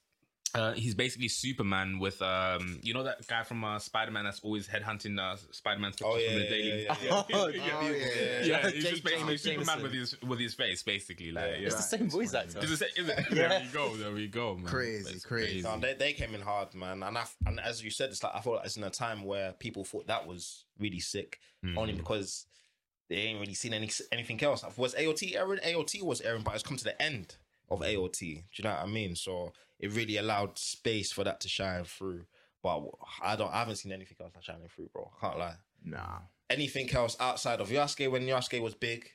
S2: Uh, he's basically Superman with um you know that guy from uh, Spider Man that's always headhunting uh, Spider Man's pictures
S1: Oh yeah,
S2: from the
S1: yeah,
S2: daily.
S1: yeah, yeah, yeah.
S3: Oh,
S4: Oh,
S3: yeah.
S4: yeah, yeah, yeah.
S2: Yeah, he's
S3: Jake
S2: just basically
S3: James
S2: Superman
S3: Jameson.
S2: with his with his face basically like yeah.
S1: Yeah.
S3: It's the same voice actor.
S2: Is it, is it? There we go. There we go, man.
S4: Crazy,
S2: That's
S4: crazy.
S1: No, they, they came in hard, man. And I f- and as you said, it's like I feel like it's in a time where people thought that was really sick,
S2: Mm.
S1: only because they ain't really seen any anything else. Was AOT airing? AOT was airing, but it's come to the end of AOT. Do you know what I mean? So it really allowed space for that to shine through. But I don't. I haven't seen anything else that's shining through, bro. I can't lie.
S4: nah
S1: Anything else outside of Yasuke when Yasuke was big,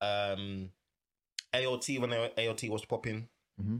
S1: um, AOT when AOT was popping,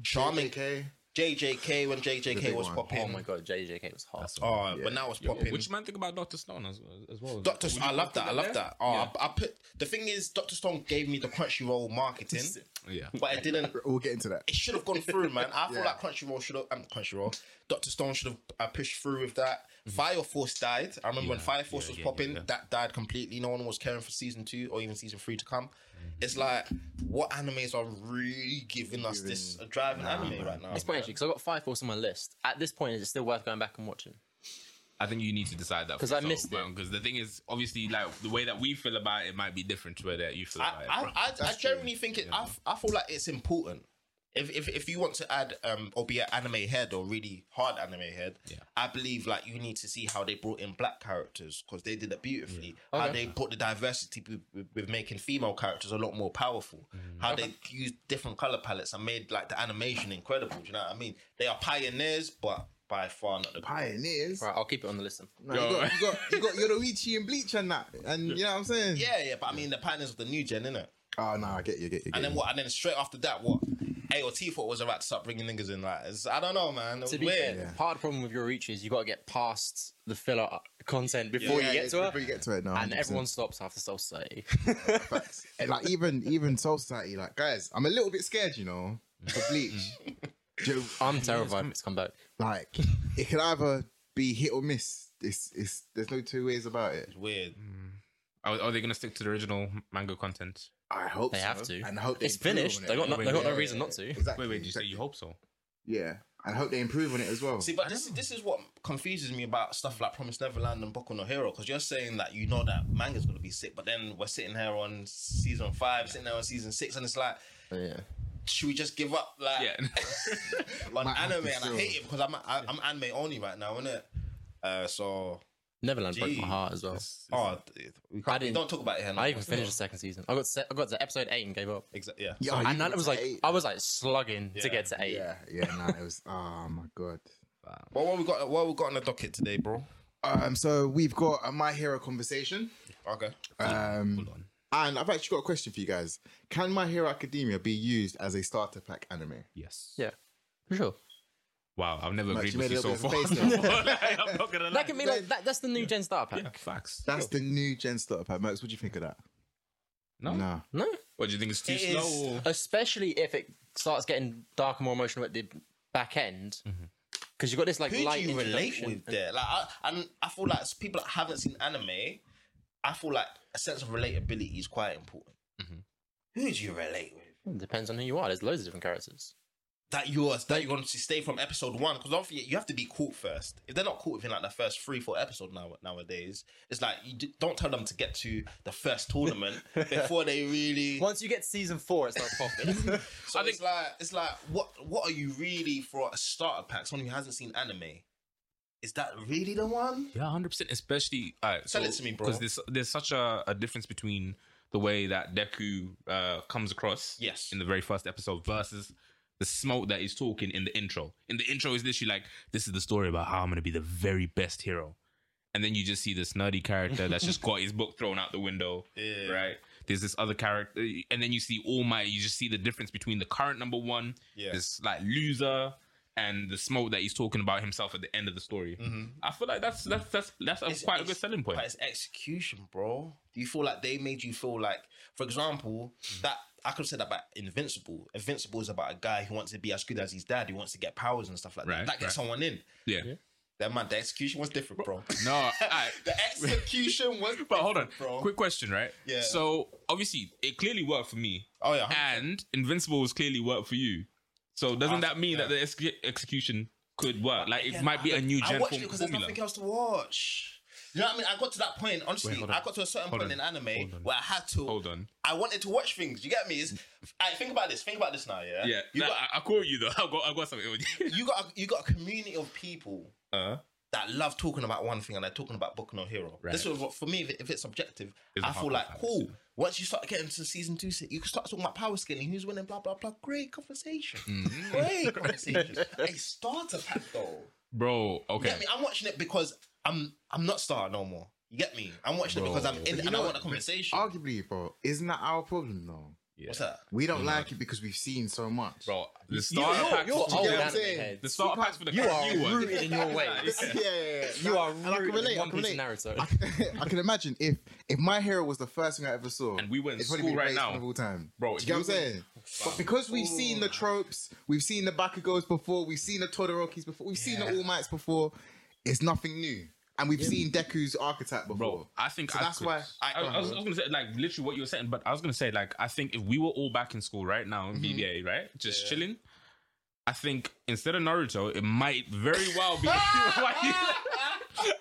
S1: Charming
S4: JK
S1: JJK when JJK
S4: big
S1: was
S4: one.
S1: popping.
S3: Oh my god, JJK was hot.
S1: Oh, but now it's
S2: Yo,
S1: popping.
S2: What you man think about Doctor Stone as, as well?
S1: Doctor,
S2: Would you
S1: I love
S2: put
S1: that. I love
S2: there?
S1: that. Oh, I, I put the thing is, Doctor Stone gave me the Crunchyroll marketing,
S2: Yeah.
S1: but it didn't.
S4: we'll get into that
S1: It should have gone through, man. I feel
S4: Yeah.
S1: like Crunchyroll should have. I'm Crunchyroll. Doctor Stone should have uh, pushed through with that. Fire Force died. I remember when
S2: Mm. Yeah,
S1: Fire Force
S2: yeah,
S1: was
S2: yeah,
S1: popping,
S2: yeah, yeah.
S1: that died completely. No one was caring for season two or even season three to come.
S2: Mm.
S1: It's like what animes are really giving us this a driving anime right now.
S3: It's point actually because I got Five Force on my list. At this point, is it still worth going back and watching?
S2: I think you need to decide that
S3: 'Cause I missed it.
S2: Because the thing is, obviously, like the way that we feel about it might be different to the way that you feel
S1: I,
S2: about it.
S1: I,
S2: bro.
S1: I, I genuinely think it. I, f- I feel like it's important. if, if if you want to add um or be an anime head or really hard anime head,
S2: Yeah.
S1: I believe like you need to see how they brought in black characters because they did it beautifully. How
S3: Okay.
S1: they put the diversity with, with- with making female characters a lot more powerful. How they used different color palettes and made like the animation incredible. Do you know what I mean? They are pioneers, but by far not the
S4: Pioneers.
S3: Right, I'll keep it on the list. then.
S4: No, you, got, you got you got Yoruichi and Bleach and that, and you know what I'm saying?
S1: Yeah, yeah, but I mean the pioneers of the new gen, innit?
S4: Oh no, I get you, I get you. I get
S1: And then
S4: you.
S1: what? And then straight after that, what? AOT thought was about to start bringing niggas in. Like, it's, I don't know, man. It's
S3: To be
S1: weird.
S3: fair, part of the problem with your reach is you got to get past the filler content before you
S4: Yeah, yeah,
S3: get to
S4: Before
S3: it.
S4: you get to it, no.
S3: And
S4: 100%.
S3: everyone stops after Soul Society.
S4: And, like even even Soul Society, like guys, I'm a little bit scared, you know, for Bleach. Joe,
S3: I'm terrified it's come back.
S4: like it could either be hit or miss. It's it's there's no two ways about it.
S1: It's weird.
S2: Are, are they gonna stick to the original manga content?
S4: I hope
S3: They
S4: so.
S3: have to.
S4: and I hope they
S3: It's
S4: improve
S3: finished.
S4: on it.
S3: They got no,
S2: Wait,
S3: they got no
S4: Yeah,
S3: reason
S4: yeah,
S3: not
S4: yeah.
S3: to.
S4: Exactly.
S2: Wait, wait. Did you say
S4: exactly.
S2: you hope so?
S4: Yeah, I hope they improve on it as well.
S1: See, but this this is what confuses me about stuff like Promised Neverland and Boku no Hero, because you're saying that you know that manga's gonna be sick, but then we're sitting here on season five, sitting there on season six, and it's like,
S4: Oh, yeah,
S1: should we just give up? Like,
S2: Yeah.
S1: on
S4: Might have
S1: anime,
S4: to
S1: and I
S4: still.
S1: hate it because I'm I, I'm anime only right now, innit? Uh, so
S3: Neverland broke
S1: Jeez.
S3: my heart as well.
S1: oh, we
S3: I
S1: can't. We
S3: didn't-
S1: don't talk about it here. now.
S3: I even finished the second season. I got se- I got to episode eight and gave up.
S1: Exactly. Yeah.
S4: yeah. you
S3: and that
S4: got
S3: was
S4: to
S3: like "Oh,
S4: eight.
S3: I was like slugging to
S1: Yeah.
S3: get to eight.
S4: yeah, yeah. No, it was. Oh my god.
S1: Well, what we got? What we got on the docket today, bro?
S4: Um, so we've got a My Hero conversation.
S1: Okay.
S4: Um,
S2: Hold on.
S4: and I've actually got a question for you guys. Can My Hero Academia be used as a starter pack anime?
S2: Yes.
S3: Yeah. For sure.
S2: Wow, I've never
S4: Max,
S2: agreed
S4: you
S2: with
S4: made
S2: you
S4: a
S2: so
S4: little
S2: far.
S4: bit of space
S2: Like, I'm not gonna lie.
S3: That can be like that, that's the new Gen Star pack.
S2: Yeah, facts.
S4: That's the new Gen starter pack. Max, what do you think of that?
S2: No?
S4: No.
S3: No.
S2: What do you think? It's too
S1: It
S2: slow.
S1: is-
S2: or-
S3: Especially if it starts getting dark and more emotional at the back end. Because you've got this like
S1: Who
S3: light
S1: do you relate
S3: introduction.
S1: with there? Like, I, and I feel like people that haven't seen anime, I feel like a sense of relatability is quite important. Who do you relate with?
S3: Depends on who you are. There's loads of different characters.
S1: That yours that you're going to stay from episode one because don't forget you have to be caught first. If they're not caught within like the first three four episode now nowadays, it's like you d- don't tell them to get to the first tournament before they really.
S3: Once you get to season four, it starts popping.
S1: So it's like it's like what what are you really for a starter pack? Someone who hasn't seen anime, is that really the one?
S2: Yeah, hundred percent. Especially, uh,
S1: Sell it to me, bro.
S2: Because there's there's such a, a difference between the way that Deku uh, comes across,
S1: Yes.
S2: in the very first episode versus the smoke that he's talking in the intro. In the intro is literally like, "This is the story about how I'm gonna be the very best hero," and then you just see this nerdy character that's just got his book thrown out the window,
S1: Yeah.
S2: right? There's this other character, and then you see All Might. You just see the difference between the current number one,
S1: Yeah.
S2: this like loser, and the smoke that he's talking about himself at the end of the story. I feel like that's that's that's that's a
S1: It's-
S2: quite a
S1: it's-
S2: good selling point.
S1: But it's execution, bro. Do you feel like they made you feel like, for example,
S2: Mm.
S1: that I could have said that about Invincible. Invincible is about a guy who wants to be as good as his dad, who wants to get powers and stuff like that.
S2: Right,
S1: That gets
S2: right.
S1: someone in.
S2: Yeah.
S1: That man, the execution was different, bro.
S2: No, I,
S1: the execution was
S2: but hold on.
S1: different, bro.
S2: Quick question, right?
S1: Yeah.
S2: So obviously, it clearly worked for me,
S1: Oh yeah.
S2: and Invincible was clearly worked for you. So doesn't
S1: Ah,
S2: that mean
S1: yeah.
S2: that the exec- execution could work? Like it
S1: Yeah,
S2: might be
S1: I-
S2: a new
S1: I
S2: gen
S1: watched
S2: form-
S1: it because there's
S2: formula.
S1: nothing else to watch. You know what I mean? I got to that point, honestly.
S2: hold on.
S1: I got to a certain
S2: Hold
S1: point
S2: on.
S1: in anime
S2: Hold on.
S1: where I had to.
S2: Hold on.
S1: I wanted to watch things. You get me? Is I think about this. Think about this now. Yeah.
S2: Yeah,
S1: You
S2: nah,
S1: got
S2: I, I caught you though. I got, I got something.
S1: you got a, you got a community of people
S2: uh,
S1: that love talking about one thing and they're talking about Boku no Hero.
S2: Right.
S1: This is what for me. If, it- if it's subjective,
S2: It's a
S1: I feel
S2: hard
S1: like
S2: comparison.
S1: cool. Once you start getting to season two, you can start talking about power scaling, who's winning, blah blah blah. Great conversation.
S2: Mm-hmm.
S1: Great conversation. a starter pack though.
S2: bro.
S1: You
S2: Okay,
S1: get me? I'm watching it because I'm I'm not starter no more. You get me? I'm watching it
S2: Bro.
S1: because I'm in it and I
S4: know
S1: want a
S4: what?
S1: conversation.
S4: Arguably, bro, isn't that our problem though?
S2: yeah.
S1: What's that?
S4: We don't like it because we've seen so much.
S2: bro? The starter
S3: You're,
S2: packs,
S3: you're old
S4: what I'm
S3: anime
S4: saying?
S3: heads.
S2: the starter packs for the
S3: You
S2: current
S3: are
S2: new one.
S3: rooted in your ways.
S4: Yeah, yeah, yeah.
S3: You
S4: No,
S3: are
S4: and I can
S3: rooted
S4: relate.
S3: in
S4: I
S3: One
S4: can
S3: Piece and
S4: relate.
S3: Naruto.
S4: I can imagine if if my hero was the first thing I ever saw,
S2: And we were in
S4: it'd probably
S2: school
S4: be
S2: right
S4: raised
S2: now.
S4: of all time,
S2: Bro,
S4: Do
S2: if
S4: you get
S2: you
S4: what I'm saying? But because we've seen the tropes, we've seen the Bakugos before, we've seen the Todorokis before, we've seen the All Mights before. It's nothing new, and we've seen Deku's archetype before.
S2: Bro, I think
S4: So
S2: I
S4: that's
S2: could-
S4: why- Uh-huh.
S2: I, I was, I was gonna say like literally what you were saying, but I was gonna say like I think if we were all back in school right now
S4: Mm-hmm.
S2: in BBA, right, just chilling, I think instead of Naruto, it might very well be. Why you-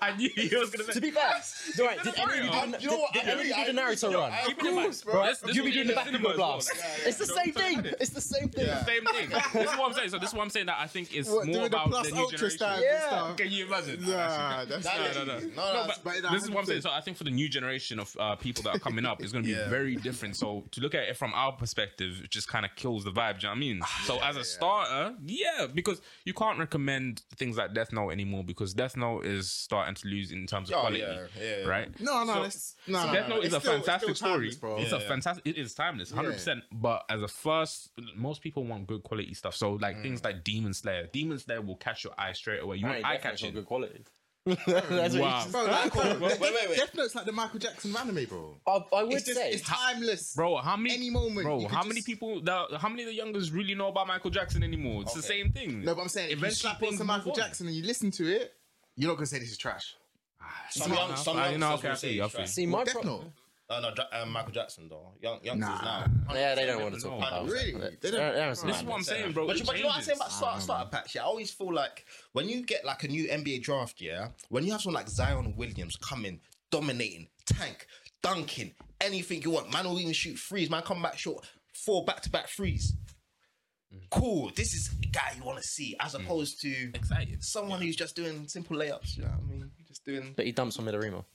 S2: I knew you was gonna
S3: To
S2: say.
S3: be fair, right? Did any of you do,
S1: I'm-
S3: the-
S1: you know what,
S3: did
S1: I
S3: any of you
S1: really-
S3: do the
S1: I-
S3: Naruto
S1: yo,
S3: run?
S1: I-
S4: Of course, bro.
S2: This- this
S3: You
S2: was
S3: be doing
S2: in
S3: the back of
S2: cinema
S3: the
S2: as well,
S3: blast.
S2: like,
S3: It's the
S2: so
S3: same
S2: it's like-
S3: thing. It's the same thing.
S4: Yeah.
S2: Same thing. this is what I'm saying. So this is what I'm saying that I think is
S4: What,
S2: more
S4: doing the
S2: about the,
S4: plus
S2: new
S4: ultra
S2: generation.
S4: style
S3: Yeah.
S4: and stuff.
S2: Can you imagine?
S4: Nah, that's
S1: That
S2: no, no.
S1: is-
S2: No,
S1: that's-
S4: but- But
S2: this is what I'm
S4: 100%.
S2: saying. So I think for the new generation of uh, people that are coming up, it's going to be
S1: Yeah.
S2: very different. So to look at it from our perspective, it just kind of kills the vibe. Do you know what I mean?
S4: Ah,
S2: So as a starter, yeah, because you can't recommend things like Death Note anymore because Death Note is starting to lose in terms of
S1: Oh,
S2: quality,
S1: yeah, yeah.
S2: right?
S4: No, no,
S2: So-
S4: that's no, no,
S2: Death
S4: no,
S2: Note
S4: it's
S2: is a
S4: still- it's
S2: fantastic
S4: still timeless,
S2: story.
S4: bro.
S2: It's a fantastic. It is timeless, hundred percent. But as a first, most people want good quality stuff. So like
S4: Mm.
S2: things like Demon Slayer. Demon Slayer will catch your eye straight away. You
S3: Right,
S2: want eye
S3: definitely
S2: catching.
S3: good quality. That's
S2: Wow.
S3: what you
S4: Bro, like,
S1: Wait, wait, wait, wait.
S4: Death Note's like the Michael Jackson anime, bro.
S3: just, I, I would
S4: It's just
S3: say
S4: it's timeless,
S2: Bro, how many
S4: Any moment, you
S2: Bro,
S4: could
S2: how many
S4: just-
S2: people? That, how many of the youngers really know about Michael Jackson anymore? It's the
S1: Okay.
S2: same thing.
S4: No, but I'm saying if you
S2: Eventually
S4: slap
S2: things
S4: into
S2: move
S4: Michael
S2: on.
S4: Jackson and you listen to it, you're not gonna say this is trash.
S1: Some
S2: Fair
S1: young,
S2: enough.
S1: some
S2: I
S1: young.
S2: know, okay, I see, I see.
S3: See, my
S4: Death
S3: pro-
S4: Note.
S1: No, no, Ja- um, Michael Jackson though. Young, youngsters
S4: Nah.
S1: now.
S3: Yeah, they don't want to
S2: No,
S3: talk about
S4: really?
S3: it.
S4: They don't-
S3: There- there are some
S2: This is what I'm
S3: moments.
S2: saying, bro.
S1: But,
S2: It
S1: you, but you know what I'm saying
S2: changes.
S1: about start, startup actually? I always feel like when you get like a new NBA draft, yeah, when you have someone like Zion Williams coming, dominating, tank, dunking, anything you want, man will even shoot threes, man come back short, four back to back threes.
S2: Mm.
S1: Cool. This is a guy you want to see as opposed to
S2: Excited.
S1: someone who's just doing simple layups. You know what I mean? Just doing
S3: But he dumps on Midorima.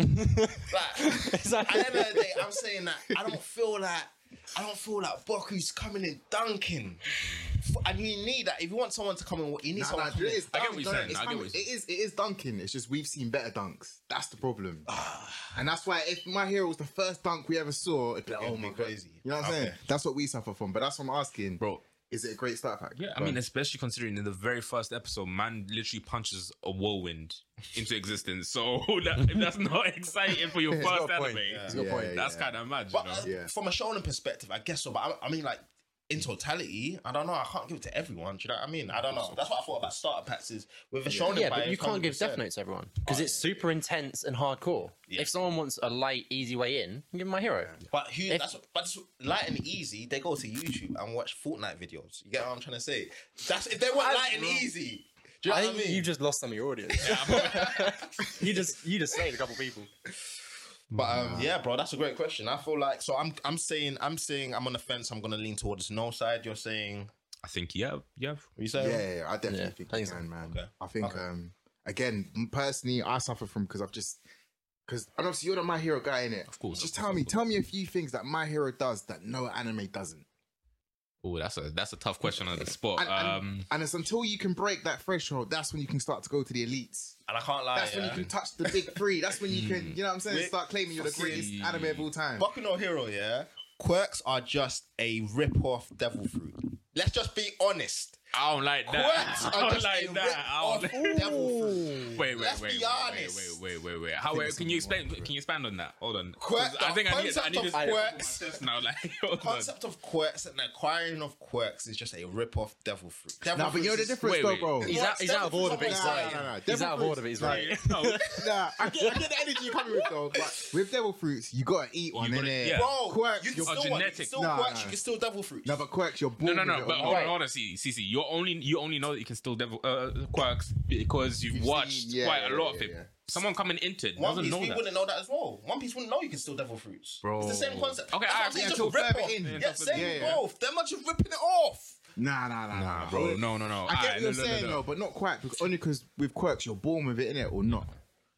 S1: like at
S3: Exactly.
S1: the end of the day, I'm saying that I don't feel like I don't feel like Boku's coming in dunking, F- and you need that if you want someone to come in. You need
S4: Nah,
S1: someone.
S4: nah,
S1: to come
S4: it
S1: in.
S4: is
S2: I get
S4: dunk,
S2: what
S4: no,
S2: you're saying,
S4: it's
S2: I get
S4: dunk.
S2: what you're
S4: It is it is dunking. It's just we've seen better dunks. That's the problem. and that's why if my hero was the first dunk we ever saw, it'd be like, oh my god.
S1: crazy.
S4: You know what I'm saying? That's what we suffer from. But that's what I'm asking,
S2: Bro.
S4: Is it a great start pack?
S2: Yeah, I mean, especially considering in the very first episode, man literally punches a whirlwind into existence. So that, if that's not exciting for your first anime,
S4: got a point.
S2: that's
S4: Yeah.
S2: kind of mad. You
S1: But
S2: know?
S1: uh,
S4: Yeah.
S1: from a shonen perspective, I guess so. But I, I mean, like in totality, I don't know. I can't give it to everyone. Do you know what I mean? I don't know. That's what I thought about starter packs is with a shonen.
S3: Yeah,
S1: bias,
S3: but you can't give Death
S1: 100%.
S3: Note to everyone because it's super intense and hardcore. If someone wants a light, easy way in, give them my hero.
S1: But who?
S3: If-
S1: that's what- but it's light and easy. They go to YouTube and watch Fortnite videos. You get what I'm trying to say? That's if they want light and easy. Do you know
S3: I
S1: what I
S3: think
S1: mean?
S3: you just lost some of your audience. you just you just saved a couple people.
S1: But um, yeah, bro, that's a great question. I feel like so I'm I'm saying I'm saying I'm on the fence. I'm gonna lean towards no side. You're saying
S2: I think, yeah, yeah.
S1: what you saying?
S4: Yeah, yeah, I definitely
S3: Yeah,
S4: think
S3: I
S4: you
S3: think so.
S4: can, man.
S1: Okay.
S4: I think um again, m- personally, I suffer from because I've just because and obviously you're the my hero guy in it. Of
S2: course,
S4: Just
S2: of course,
S4: tell
S2: of
S4: me,
S2: course.
S4: tell me a few things that my hero does that no anime doesn't.
S2: Oh, that's a that's a tough question on the spot.
S4: And, and-
S2: um,
S4: and it's until you can break that threshold, that's when you can start to go to the elites.
S1: And I can't lie.
S4: That's when you
S1: Ah, yeah.
S4: can touch the big three. That's when you can, you know what I'm saying,
S1: Wait,
S4: start claiming you're the greatest
S2: fucking-
S4: anime of all time.
S1: Boku no Hero, yeah. Quirks are just a rip-off devil fruit. Let's just be honest.
S2: I don't like that.
S1: Quirks
S2: I
S1: are
S2: don't
S1: just
S2: like
S1: a
S2: that. I
S1: rip-off
S2: don't.
S1: devil fruit.
S2: Wait, wait,
S1: Let's
S2: wait,
S1: be
S2: wait, wait,
S1: honest.
S2: wait, wait, wait, wait. How? Wait, can you explain? Can you expand on that? Hold on. 'Cause
S1: Quirk-
S2: I think
S1: the
S2: I need. I
S1: concept
S2: need
S1: of
S2: this I-
S1: quirks-
S2: just now. Like, hold on.
S1: Concept of quirks and acquiring of quirks is just a rip-off devil fruit. Devil
S4: Nah, but
S1: fruit
S4: you
S1: is
S4: know the
S1: just-
S4: difference
S2: Wait,
S4: though,
S2: wait.
S4: bro.
S3: He's out, he's out of order, but he's
S1: Nah,
S3: right.
S1: nah,
S4: nah.
S3: He's out of
S4: Devil
S3: order, but he's right.
S2: No, you
S4: Nah, I get, I get the energy you're coming with though, but with devil fruits, you gotta eat one,
S2: gotta-
S4: innit?
S2: yeah.
S1: Bro,
S4: Quirks,
S1: you can
S4: you're-
S1: still,
S2: Oh,
S1: you can
S2: genetic.
S1: still
S4: Nah,
S1: quirks,
S4: nah.
S1: you can still devil fruit.
S4: No, but quirks, you're born.
S2: No,
S4: with
S2: no,
S4: it
S2: no.
S4: or
S2: But
S4: not.
S2: hold on,
S3: Right.
S2: hold on. See, see, see. You only you only know that you can still devil uh, quirks because you've,
S4: You've
S2: watched
S4: seen- yeah,
S2: quite
S4: yeah,
S2: a lot
S4: yeah,
S2: of it.
S4: yeah.
S2: Someone coming into it
S1: One
S2: doesn't
S1: Piece,
S2: know
S1: we
S2: that.
S1: wouldn't know that as well. One Piece wouldn't know you can still devil fruits.
S2: Bro.
S1: It's the same concept.
S2: Okay,
S1: That's
S2: I
S1: what I'm saying,
S2: actually-
S1: just
S4: Yeah,
S1: rip
S4: till
S1: off.
S4: further in.
S1: Yeah, same
S4: Yeah,
S1: with
S4: yeah.
S1: both. Them are just ripping it off.
S4: Nah, nah, nah, nah,
S2: bro, no, no, no.
S4: I get
S2: Aight,
S4: what
S2: no,
S4: you're
S2: no,
S4: saying
S2: no.
S4: though, but not quite because only because with quirks you're born with it, innit, or not.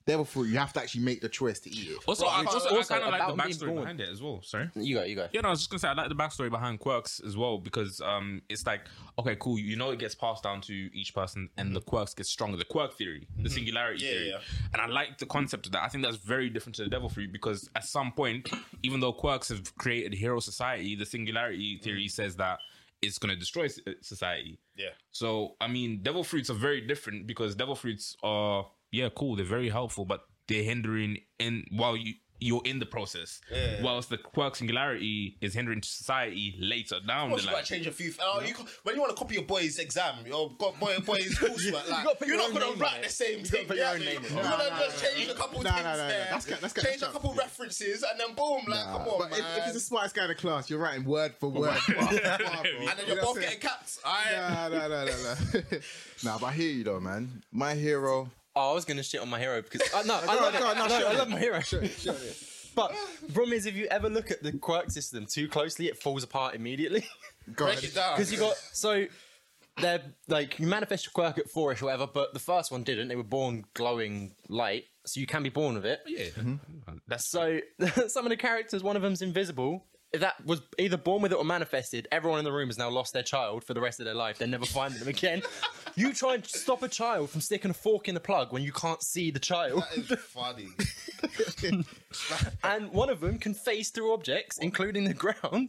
S4: Therefore, you have to actually make the choice to eat it.
S2: Also, I,
S3: it's
S2: also,
S3: also
S2: I kind of
S3: about
S2: like
S3: being
S2: the backstory
S3: born.
S2: behind it as well. Sorry.
S3: You go, you go.
S2: Yeah, no, I was just gonna say I like the backstory behind quirks as well because um, it's like okay, cool. You know, it gets passed down to each person, and the quirks get stronger. The quirk theory, the singularity
S1: Mm-hmm. Yeah,
S2: theory,
S1: yeah.
S2: and I like the concept of that. I think that's very different to the devil fruit because at some point, even though quirks have created hero society, the singularity theory
S1: Mm.
S2: says that it's gonna destroy s- society.
S1: Yeah.
S2: So I mean, devil fruits are very different because devil fruits are yeah, cool. They're very helpful, but they're hindering in while you you're in the process. Whilst the quirk singularity is hindering to society later
S1: Of
S2: down the
S1: course, you
S2: line.
S1: gotta change a few. th- Oh, you co- when you want to copy your boy's exam, your go- boy, boy's coursework, like,
S3: gotta put
S1: you're not
S3: your own
S1: gonna
S3: name on
S1: write
S3: it.
S1: the same thing.
S3: put your
S1: yeah,
S3: own name on it.
S1: You're
S4: Nah,
S1: gonna
S4: nah,
S1: just
S4: nah,
S1: change a couple
S4: nah,
S1: things
S4: nah, nah, nah.
S1: there,
S4: That's ca- that's ca-
S1: change a
S4: that's
S1: couple references, and then boom, like, come on,
S4: but
S1: man.
S4: if, if he's the smartest guy in the class, you're writing word for word. bar for bar, bro.
S1: and then
S4: You
S1: you're
S4: know what
S1: both
S4: I'm saying?
S1: getting caps. I
S4: Nah, nah, nah, nah, nah. nah, but I hear you though, man. My hero.
S3: oh, I was gonna shit on my hero because uh, no, I
S4: on,
S3: love, it.
S4: go on, no,
S3: no,
S4: show
S3: I
S4: me.
S3: love my hero. But the problem is, if you ever look at the quirk system too closely, it falls apart immediately.
S1: Break it down.
S3: Because you got so they're like you manifest your quirk at four-ish or whatever, but the first one didn't. They were born glowing light, so you can be born with it.
S2: Yeah, that's
S3: So some of the characters, one of them's invisible. That was either born with it or manifested. Everyone in the room has now lost their child for the rest of their life. They're never finding them again. You try and stop a child from sticking a fork in the plug when you can't see the child.
S1: That is funny.
S3: And one of them can phase through objects, including the ground.
S1: Man,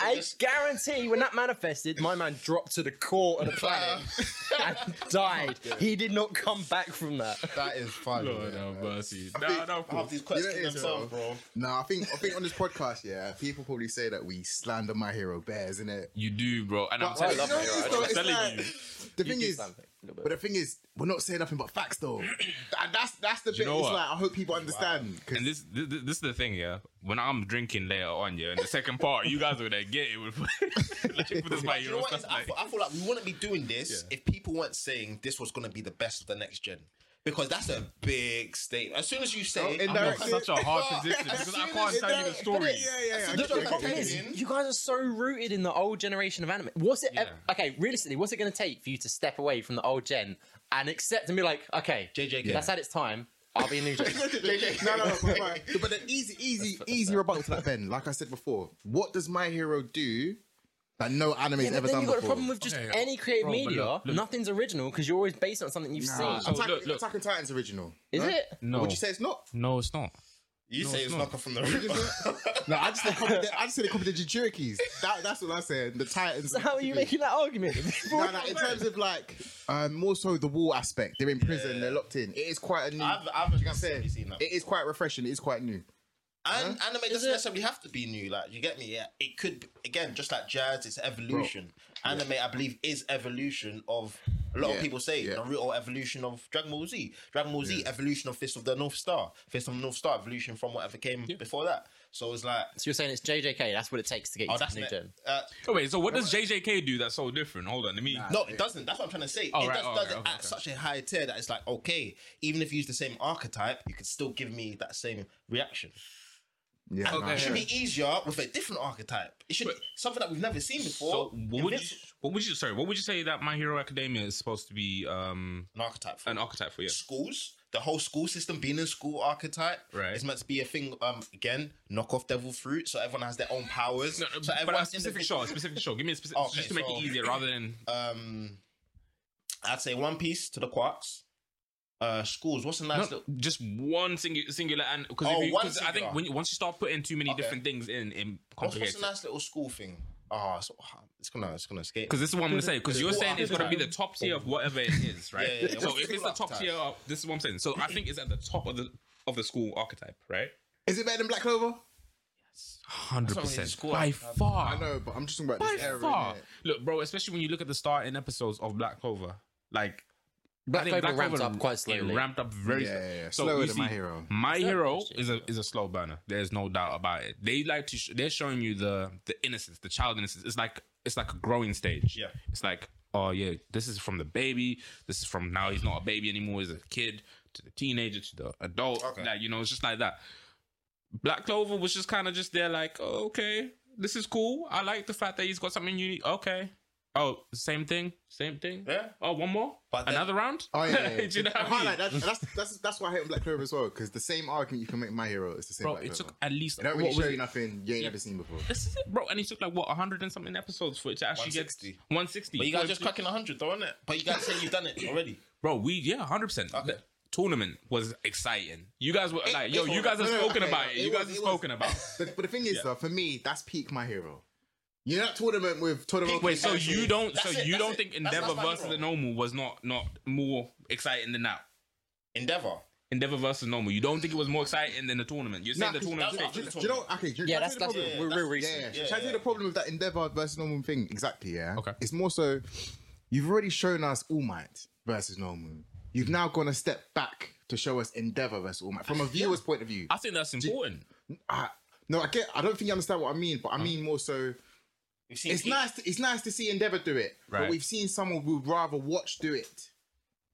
S3: I
S1: this-
S3: guarantee when that manifested, my man dropped to the core of the planet and died. He did not come back from that.
S1: that is funny.
S2: Lord
S1: yeah,
S2: have
S1: man.
S2: mercy. No, no,
S1: I have these
S4: You know
S1: questions
S4: it is,
S1: themselves,
S4: bro.
S1: bro.
S4: No, I think I think on this podcast, yeah, people probably say that we slander my hero bears, innit?
S2: You do, bro. And I'm
S4: But,
S2: telling
S4: like,
S2: you,
S4: you know,
S2: I'm
S4: it's
S2: telling
S4: like-
S2: you.
S4: The thing
S3: do
S4: is,
S3: something, a little bit.
S4: but the thing is, we're not saying nothing but facts, though. and that's that's the bit.
S2: know
S4: It's
S2: what?
S4: like I hope people understand. 'cause
S2: And this, this this is the thing, yeah. When I'm drinking later on, yeah, in the second part, you guys were there get it with like, put this by
S1: Do you know
S2: your
S1: what? it is?
S2: stuff
S1: I
S2: like
S1: feel, I feel like we wouldn't be doing this if people weren't saying this was going to be the best of the next gen. Because that's a big statement. As soon as you say,
S4: Oh,
S1: I'm
S2: I'm in
S4: indirectly.
S2: such a hard position because I can't tell you the story.
S4: Yeah, yeah, yeah.
S3: The,
S4: I get you, I
S3: problem
S4: get you.
S3: is,
S1: opinion.
S3: you guys are so rooted in the old generation of anime. What's it? ev-
S2: Yeah.
S3: okay, realistically, what's it going to take for you to step away from the old gen and accept and be like, okay,
S1: JJ,
S3: that's had its time. I'll be a new gen.
S4: no, no, no, but, but- but an easy, easy, easy rebuttal to that, Ben. Like I said before, what does my hero do that no anime
S3: Yeah,
S4: has
S3: but
S4: ever
S3: then
S4: done
S3: you've got a
S4: before?
S3: problem with just
S2: Okay,
S3: any creative
S2: bro, but
S3: media.
S2: look, look.
S3: Nothing's original because you're always based on something you've
S4: Nah,
S3: seen.
S2: Ah. So,
S4: Attack,
S2: look, look.
S4: Attack on Titan's original.
S3: Is
S4: no?
S3: it?
S2: No,
S4: Would you say it's not?
S2: no, it's not.
S1: you say it's
S2: not.
S1: not from the river.
S4: No, I just said copy the, I just said they copied the Jinchurikis. That, that's what I said. The Titans.
S3: So how are you making that argument?
S4: No, no, in terms of like, um, more so the war aspect. They're in prison. They're locked in. It is quite a new.
S1: I've, I haven't
S4: said,
S1: necessarily seen that.
S4: it is quite refreshing. It is quite new.
S1: and anime doesn't necessarily have to be new. Like you get me? Yeah, it could be, again just like jazz. It's evolution. Anime, I believe, is evolution of a lot
S4: Yeah,
S1: of people say
S4: yeah.
S1: the real evolution of Dragon Ball Z. Dragon Ball Z evolution of Fist of the North Star. Fist of the North Star evolution from whatever came before that. So it's like
S3: So you're saying it's JJK? That's what it takes to get you
S1: oh,
S3: to
S1: that's
S3: the new
S1: ne-
S3: gen.
S1: uh,
S2: Oh, wait, so what does JJK do that's so different? Hold on, let me.
S1: no, it doesn't. That's what I'm trying to say.
S2: Oh,
S1: it
S2: right,
S1: just
S2: oh,
S1: does
S2: okay,
S1: it
S2: okay,
S1: at
S2: okay.
S1: such a high tier that it's like okay, even if you use the same archetype, you could still give me that same reaction.
S4: Yeah.
S2: Okay.
S1: It should be easier with a different archetype. It should something that we've never seen before.
S2: So, what would you?
S1: Invinci-
S2: What would you? Sorry, what would you say that My Hero Academia is supposed to be? Um,
S1: an archetype for
S2: an archetype for you.
S1: schools. The whole school system being in school archetype
S2: Right.
S1: is meant to be a thing. Um, again, knock off devil fruit, so everyone has their own powers.
S2: No, no,
S1: so
S2: but a
S1: everyone's
S2: specific
S1: individual-
S2: show, a specific show. Give me a specific,
S1: Okay,
S2: just to make
S1: so-
S2: it easier, rather than
S1: Um, I'd say One Piece to the Quarks. Uh, schools. What's a nice
S2: No,
S1: little?
S2: just one singular, singular, and because
S1: Oh, one
S2: I think
S1: singular.
S2: when you, once you start putting too many
S1: Okay.
S2: different things in, it
S1: What's, what's
S2: complicates.
S1: a nice little school thing? Ah, so- it's gonna it's gonna escape.
S2: Because this is what I'm gonna say. Because you're
S1: School
S2: saying it's gonna be the top tier of whatever it is, right?
S1: Yeah, yeah, yeah.
S2: So
S1: What's
S2: if
S1: the
S2: it's the
S1: school
S2: top tier, of, this is what I'm saying. So I think it's at the top of the of the school archetype, right?
S4: Is it better than Black Clover?
S1: That's
S2: Hundred
S1: not really the school
S2: by
S1: archetype.
S2: far.
S4: I know, but I'm just talking about
S2: by
S4: this era.
S2: far.
S4: innit?
S2: Look, bro, especially when you look at the starting episodes of Black Clover, like I
S3: Black
S2: think
S3: Clover ramped up quite
S2: It
S3: slowly.
S2: ramped up very
S4: Yeah,
S2: slow.
S4: yeah, yeah.
S2: So
S4: Slower
S2: you
S4: than
S2: see,
S4: My Hero.
S2: My Hero
S3: interesting.
S2: is a is a slow burner. There's no doubt about it. They like to. Sh- they're showing you the the innocence, the child innocence. It's like it's like a growing stage.
S1: Yeah.
S2: It's like oh yeah, this is from the baby. This is from now he's not a baby anymore. He's a kid to the teenager to the adult.
S1: Okay.
S2: Like you know, it's just like that. Black Clover was just kind of just there, like oh, okay, this is cool. I like the fact that he's got something unique. Okay. Oh, same thing, same thing.
S1: Yeah.
S2: Oh, one more,
S1: But then-
S2: another round.
S4: Oh yeah, yeah, yeah.
S2: Do you know what I
S4: I
S2: mean?
S4: can't like that. That's, that's that's why I hate on Black Clover as well because the same argument you can make My Hero is the same.
S2: Bro,
S4: Black
S2: it
S4: Clover.
S2: took at least
S4: They don't
S2: what
S4: really
S2: was
S4: show
S2: it?
S4: you nothing you ain't ever seen before.
S2: This is it, bro. And it took like what hundred and something episodes for it to actually get
S1: 160.
S2: one sixty.
S1: but you guys just cracking hundred though, isn't it? But you guys say you've done it already.
S2: bro. We yeah, hundred percent.
S1: Okay.
S2: Tournament was exciting. You guys were like,
S1: it
S2: yo,
S1: was-
S2: you guys have
S4: no, no,
S2: spoken
S4: okay,
S2: about
S4: no,
S2: it.
S4: it
S2: You
S4: was-
S2: guys have
S4: it was-
S2: spoken about.
S4: But, but the thing is, though, for me, that's peak My Hero. You know that tournament with tournament.
S2: Wait, so
S1: That's
S2: you
S1: it.
S2: don't, so
S1: That's it,
S2: you
S1: that's
S2: don't
S1: it.
S2: think
S1: That's- that's
S2: Endeavor
S1: my
S2: versus the
S1: hero.
S2: Normal was not not more exciting than that?
S1: Endeavor.
S2: Endeavor versus Normal. You don't think it was more exciting than the tournament? You're saying
S4: Nah,
S2: the
S4: 'cause-
S2: tournament.
S1: that's-
S2: stage.
S4: do you know? Okay, do you-
S3: Yeah,
S4: can I
S3: that's
S4: tell you the
S3: that's
S4: problem?
S3: we're real
S4: Yeah,
S3: recent.
S4: yeah.
S1: Yeah,
S4: Shall I tell you
S1: yeah.
S4: the problem with that Endeavor versus Normal thing? Exactly, yeah.
S2: Okay.
S4: It's more so you've already shown us All Might versus Normal. You've now gone a step back to show us Endeavor versus All Might from a viewer's point of view.
S2: I think that's important.
S4: I, no, I get. I don't think you understand what I mean, but I mean more so.
S1: We've seen
S4: It's
S1: peak.
S4: nice. To, it's nice to see Endeavor do it,
S2: Right.
S4: but we've seen someone we'd rather watch do it.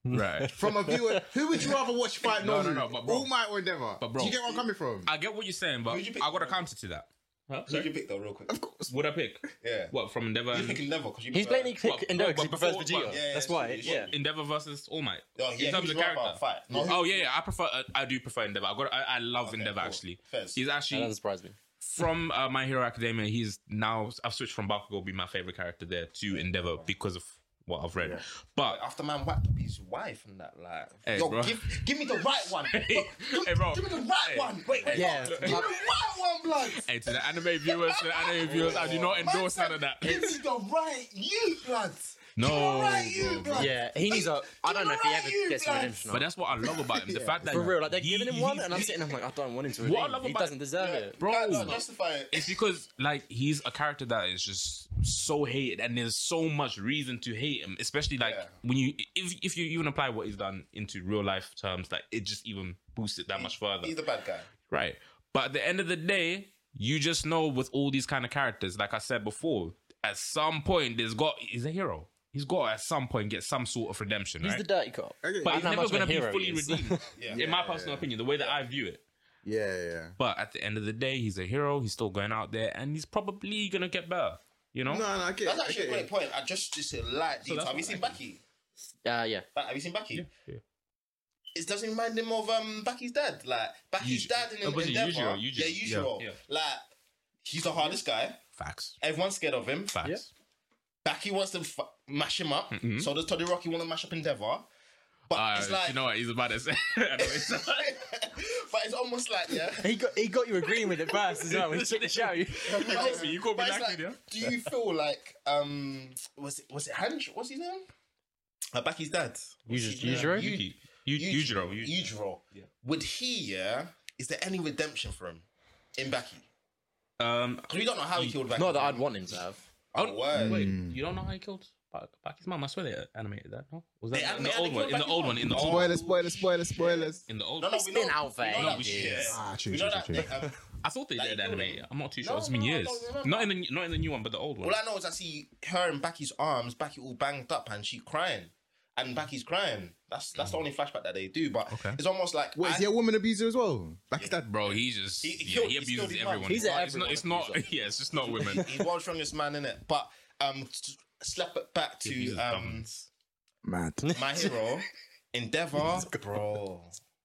S2: Right.
S4: From a viewer, who would you rather watch fight
S2: No,
S4: Nozu?
S2: no, no, but bro-
S4: All Might or Endeavor?
S2: but bro-
S4: Do you get where I'm coming from?
S2: I get what you're saying, but
S1: Who'd you pick?
S2: I got a counter to that. Huh?
S1: Who'd you pick though, real quick?
S2: Would I pick?
S1: Yeah.
S2: What from Endeavor?
S1: You
S2: And...
S1: pick Endeavor because you.
S3: He's
S1: prefer-
S3: blatantly pick
S2: Well,
S3: Endeavor
S2: well,
S3: because he
S2: but
S3: prefers
S2: before-
S3: Vegeta.
S2: well,
S1: yeah,
S3: That's
S1: yeah,
S3: why.
S1: it's-
S3: Yeah.
S1: it's-
S2: Endeavor versus All Might.
S1: Oh, yeah,
S2: in terms
S1: who'd
S2: of
S1: you rather
S2: character.
S1: fight? No, who-
S2: Oh yeah, yeah. I prefer. Uh, I do prefer Endeavor. I got. I, I love
S1: Okay,
S2: Endeavor
S1: cool.
S2: actually.
S1: Fairs.
S2: He's
S3: That
S2: actually
S3: doesn't surprise me.
S2: from uh, My Hero Academia. He's now. I've switched from Bakugo be my favorite character there to Endeavor because of what I've read. But
S1: After man whacked up his wife and that, like,
S2: Hey,
S1: yo,
S2: bro.
S1: give, give me the right one. Bro, give,
S2: Hey, bro.
S1: give me the right
S2: Hey.
S1: one. Wait, wait,
S3: Yeah.
S1: no, give me the right one, blood.
S2: hey, to the anime viewers, to the anime viewers, I do not
S1: Man
S2: endorse
S1: said,
S2: none of that.
S1: Give me the right you, blood.
S2: No,
S1: the right
S2: bro,
S1: you,
S2: bro.
S1: blood.
S3: Yeah, he needs a. I don't know if he ever gets redemption.
S2: But that's what I love about him. The fact that
S3: For real, like they're
S2: he-
S3: giving him
S2: he-
S3: one, and I'm sitting, I'm like, I don't want him to
S2: What I
S3: redeem.
S2: love
S3: He
S2: about
S3: doesn't
S2: it-
S3: deserve it.
S2: bro.
S1: No, no, justify it.
S2: It's because like he's a character that is just so hated, and there's so much reason to hate him. Especially like
S1: Yeah.
S2: when you, if if you even apply what he's done into real life terms, like it just even boosts it that much further,
S1: He's the bad guy.
S2: right? But at the end of the day, you just know with all these kind of characters, like I said before, at some point there's got he's a hero. He's got to at some point get some sort of redemption,
S3: He's
S2: right?
S3: the dirty cop.
S4: Okay.
S2: but
S3: I
S2: he's
S3: know how
S2: never
S3: much of a
S2: going to be
S3: hero he
S2: fully
S3: is.
S2: redeemed,
S1: Yeah.
S2: in my personal opinion. The way that I view it.
S4: Yeah, yeah.
S2: But at the end of the day, he's a hero. He's still going out there, and he's probably gonna get better. You know,
S4: No, no, I get
S1: That's
S4: it. I
S1: actually a
S4: get
S1: great
S4: it.
S1: point. I just just a light detail.
S2: that's
S1: Have you
S2: what
S1: seen
S2: I-
S1: Bucky?
S3: Uh, yeah.
S1: Like, have you seen Bucky?
S2: yeah.
S1: It doesn't remind him of um Bucky's dad. Like Bucky's
S2: Yuji-
S1: dad in
S2: No,
S1: no,
S2: was it
S1: Endeavor.
S2: Yujiro? Yuji-
S1: Yeah, usual.
S2: yeah.
S1: Like he's the hardest guy.
S2: facts,
S1: Everyone's scared of him.
S2: facts. Mm-hmm.
S1: Bucky wants to f- mash him up. So does Toddy Rocky want to mash up Endeavor? But
S2: Uh,
S1: it's like,
S2: you know what he's about to say. I know it's not-
S1: but it's almost like yeah.
S3: He got he got you agreeing with it first as well. He took the show.
S1: But it's-
S2: got me, you got me
S1: but it's
S2: knackered,
S1: like, Do you feel like um was it was it Hanj? What's his name? Uh, Bucky's dad.
S3: Usually,
S2: Yuji, Yu- Yujiro, Yu-
S1: Yujiro. Would he? Yeah. Is there any redemption for him in Bucky?
S2: Um,
S1: Because we don't know how he killed Bucky.
S3: Not that I'd want him to have.
S1: Oh, word.
S2: wait,
S3: Hmm.
S2: you don't know how he killed Bak- Baki's mom? I swear they animated that. No, was
S1: They
S2: that in the
S1: animated-
S2: old
S1: they
S2: one?
S1: killed
S2: In the
S1: Baki's
S2: old
S1: mom.
S2: one? In the old one?
S4: Spoilers, spoilers, spoilers, spoilers.
S2: In the old.
S1: No, no,
S2: one?
S1: we
S3: been
S1: know-
S3: out there
S1: We know that,
S3: ages.
S1: yeah.
S4: Ah, true,
S1: we
S4: true,
S1: know that.
S4: true, true.
S1: um,
S2: I thought they
S1: Like,
S2: did
S1: you don't
S2: animate. it. I'm not too sure.
S1: No,
S2: it's been
S1: no, I
S2: years.
S1: don't remember.
S2: Not in the not in the new one, but the old one.
S1: all I know is I see her and Becky's arms, Becky all banged up, and she crying, and Becky's crying. That's that's the only flashback that they do. But
S2: Okay.
S1: it's almost like
S4: Wait,
S1: I-
S4: is he a woman abuser as well? Back to that.
S2: Bro, he just
S1: He- he
S2: yeah,
S1: killed-
S2: he
S1: he killed
S2: abuses
S1: his mom.
S2: everyone.
S3: He's an
S2: it's not. It's
S3: everyone
S2: not. Yeah, it's just not women.
S1: he's world's strongest man in it. But um, t- slap it back to
S2: He's a
S1: um
S2: dumbass.
S4: Mad.
S1: my hero, Endeavor, bro.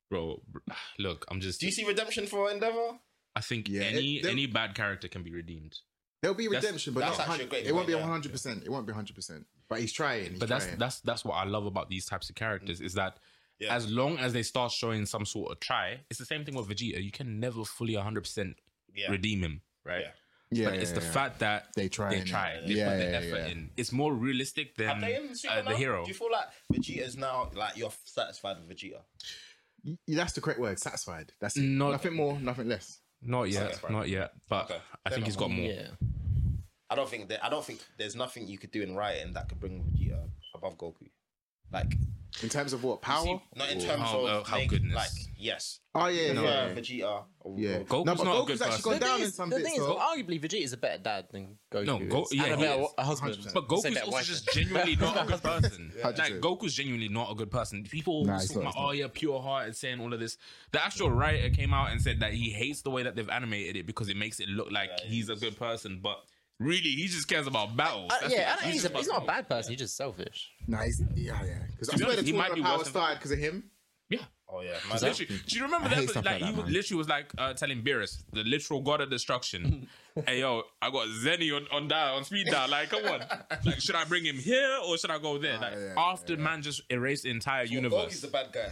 S2: bro br- look i'm just
S1: Do you see redemption for Endeavor?
S2: i think
S4: Yeah,
S2: any
S4: it- they-
S2: any bad character can be redeemed
S4: There'll be
S2: That's-
S4: redemption, but
S1: that's
S4: not
S1: actually a
S4: 100
S1: great
S4: It won't
S1: point,
S4: be
S1: yeah.
S4: 100. percent It won't be 100. percent But he's trying. He's
S2: but that's
S4: trying.
S2: that's that's what i love about these types of characters is that
S1: Yeah.
S2: as long as they start showing some sort of try it's the same thing with vegeta you can never fully 100%
S1: Yeah.
S2: redeem him right
S1: Yeah.
S4: yeah,
S2: but
S4: yeah,
S2: it's the
S4: yeah.
S2: fact that
S4: They try
S2: they
S4: and-
S2: try they
S4: Yeah,
S2: put the
S4: yeah,
S2: effort
S4: yeah.
S2: in it's more realistic
S1: Are
S2: than
S1: they in Super
S2: uh, the
S1: now?
S2: hero
S1: Do you feel like Vegeta's now like you're satisfied with Vegeta?
S4: Y- that's the correct word. Satisfied. That's it.
S2: Not-
S4: nothing more, nothing less.
S2: not yet
S1: Okay, right.
S2: not yet but
S1: Okay.
S2: i think
S1: Fair
S2: he's got more
S3: Yeah.
S1: I don't think that I don't think there's nothing you could do in writing that could bring Vegeta above Goku. Like
S4: In terms of what power?
S1: not in
S4: Or-
S1: terms
S2: How-
S1: of
S2: uh, how
S1: make-
S2: goodness.
S1: Like yes,
S4: Oh yeah,
S1: no,
S4: yeah, yeah.
S1: Vegeta. or
S4: yeah.
S1: Goku.
S2: Goku's
S4: no, but
S2: not a
S4: Goku's
S2: good
S4: actually
S2: person.
S4: gone down in some
S3: the
S4: bits.
S3: thing is,
S4: though.
S3: arguably, Vegeta's a better dad than Goku.
S2: No, Go-
S3: is.
S2: yeah,
S3: and a
S2: he
S3: better
S2: is.
S3: a husband.
S4: 100%.
S2: But
S3: I'll say
S2: Goku's
S3: better
S2: also
S3: wife.
S2: just genuinely not a good person.
S4: How'd you
S2: Like
S4: say?
S2: Goku's genuinely not a good person. People always
S4: Nah, he's
S2: talk
S4: not,
S2: about,
S4: he's not.
S2: oh yeah, pure heart and saying all of this. The actual writer came out and said that he hates the way that they've animated it because it makes it look like he's a good person, but really he just cares about battles.
S3: Uh,
S2: That's it.
S3: yeah, I don't- he's,
S2: just
S3: a,
S2: about
S3: he's not a
S2: battles.
S3: bad person. He's just selfish.
S4: Nah, he's, yeah, yeah. Because I
S2: be
S4: swear
S2: honest,
S4: the
S2: he might
S4: tournament
S2: be
S4: of power
S2: worse than-
S4: started because of him.
S2: Yeah.
S1: Oh yeah, man, that-
S2: Literally, do you remember
S4: I hate
S2: that?
S4: stuff
S2: Like,
S4: like
S2: he
S4: that,
S2: was-
S4: man.
S2: literally was like uh, telling Beerus, the literal god of destruction, "Hey yo, I got Zenny on on dial on speed dial. Like, come on, like, should I bring him here or should I go there? Like,
S4: yeah,
S2: after man just erased the entire universe.
S1: Goku's the bad guy.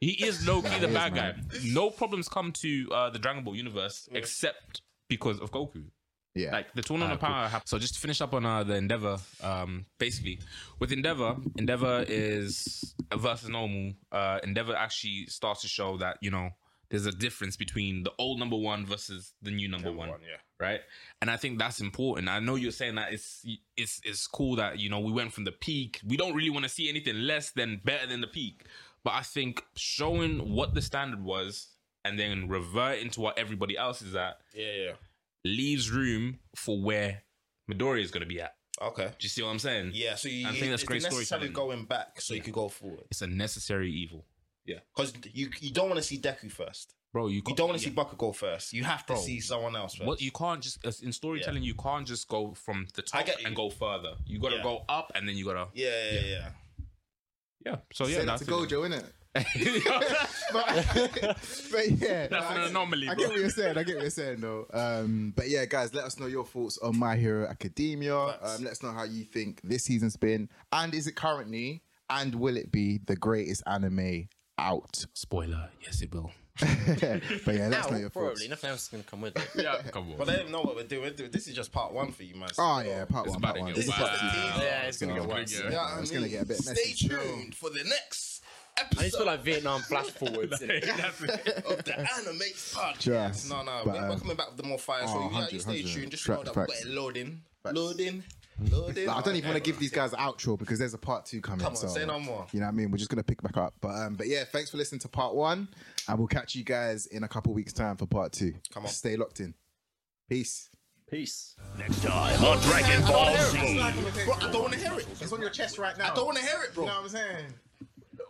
S2: He is low key the
S4: he is,
S2: bad guy.
S4: man.
S2: No problems come to uh, the Dragon Ball universe except because of Goku.
S4: Yeah.
S2: Like the
S4: Ah,
S2: tournament of power. hap- So just to finish up on uh, the Endeavor. Um, basically, with Endeavor, Endeavor is versus normal. Uh, Endeavor actually starts to show that you know there's a difference between the old number one versus the new number one
S1: yeah.
S2: right? And I think that's important. I know you're saying that it's it's it's cool that you know we went from the peak. We don't really want to see anything less than better than the peak. But I think showing what the standard was and then reverting to what everybody else is at
S1: Yeah, yeah.
S2: leaves room for where Midori is going to be at.
S1: Okay.
S2: Do you see what I'm saying?
S1: Yeah, so you,
S2: I think that's
S1: it's
S2: great
S1: necessarily
S2: storytelling.
S1: going back so you could go forward.
S2: It's a necessary evil.
S1: Because you you don't want to see Deku first.
S2: Bro, you,
S1: You
S2: can't-
S1: don't want to
S2: yeah.
S1: see Bucker go first. You have to
S2: Bro.
S1: see someone else first.
S2: What you can't just as in storytelling, you can't just go from the
S1: I
S2: top
S1: get
S2: and
S1: you.
S2: go further. You gotta
S1: Yeah.
S2: go up and then you gotta
S1: Yeah, yeah, yeah. yeah.
S2: yeah. So oh, yeah,
S4: Send it
S2: that's
S4: to
S2: it.
S4: Gojo, innit?
S2: that's
S4: but, but yeah, no, I-
S2: an anomaly,
S4: I
S2: bro.
S4: get what you're saying. I get what you're saying, though. Um, but yeah, guys, let us know your thoughts on My Hero Academia. Um, let us know how you think this season's been, and is it currently, and will it be the greatest anime out?
S2: Spoiler, yes it will.
S4: but yeah, let us know
S3: Now,
S4: your
S3: probably
S4: thoughts.
S3: nothing else is gonna come with it.
S2: Yeah, come on.
S1: But they don't know what we're doing. This is just part one for you, man.
S4: Oh yeah, part
S2: It's
S4: one,
S2: about
S4: part
S2: to
S4: one.
S2: get
S4: This is
S2: wild.
S4: part two.
S2: Yeah,
S3: yeah, it's gonna
S4: So,
S3: get
S2: worse.
S4: yeah,
S2: You
S1: know what I
S4: It's gonna
S1: mean?
S4: get a bit messy.
S1: Stay tuned for the next
S3: I need to
S1: episode
S3: put like Vietnam flash forwards. in it.
S2: That's it.
S1: of the Anime Podcast.
S4: Just,
S1: no, no,
S4: but,
S1: we're,
S4: um,
S1: we're coming back with the more fire.
S4: oh,
S1: so you,
S4: 100,
S1: you stay
S4: 100.
S1: tuned. Just know
S4: Facts,
S1: that we're
S4: facts.
S1: loading,
S4: Facts.
S1: loading, loading.
S4: Like, I don't
S1: Oh,
S4: even want
S1: okay,
S4: to give these guys an outro because there's a part two coming.
S1: Come on,
S4: so,
S1: say no more.
S4: You know what I mean? We're just gonna pick back up. But um, but yeah, thanks for listening to part one, and we'll catch you guys in a couple weeks' time for part two.
S1: Come on.
S4: stay locked in. Peace.
S3: Peace.
S5: Next time on Dragon Ball Z.
S1: Bro, I don't want to hear it.
S4: It's on your chest right now.
S1: I don't want to hear it, bro.
S4: I'm saying?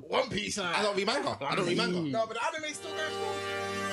S1: One Piece. I don't remember. I don't remember.
S4: No, but the anime's still going.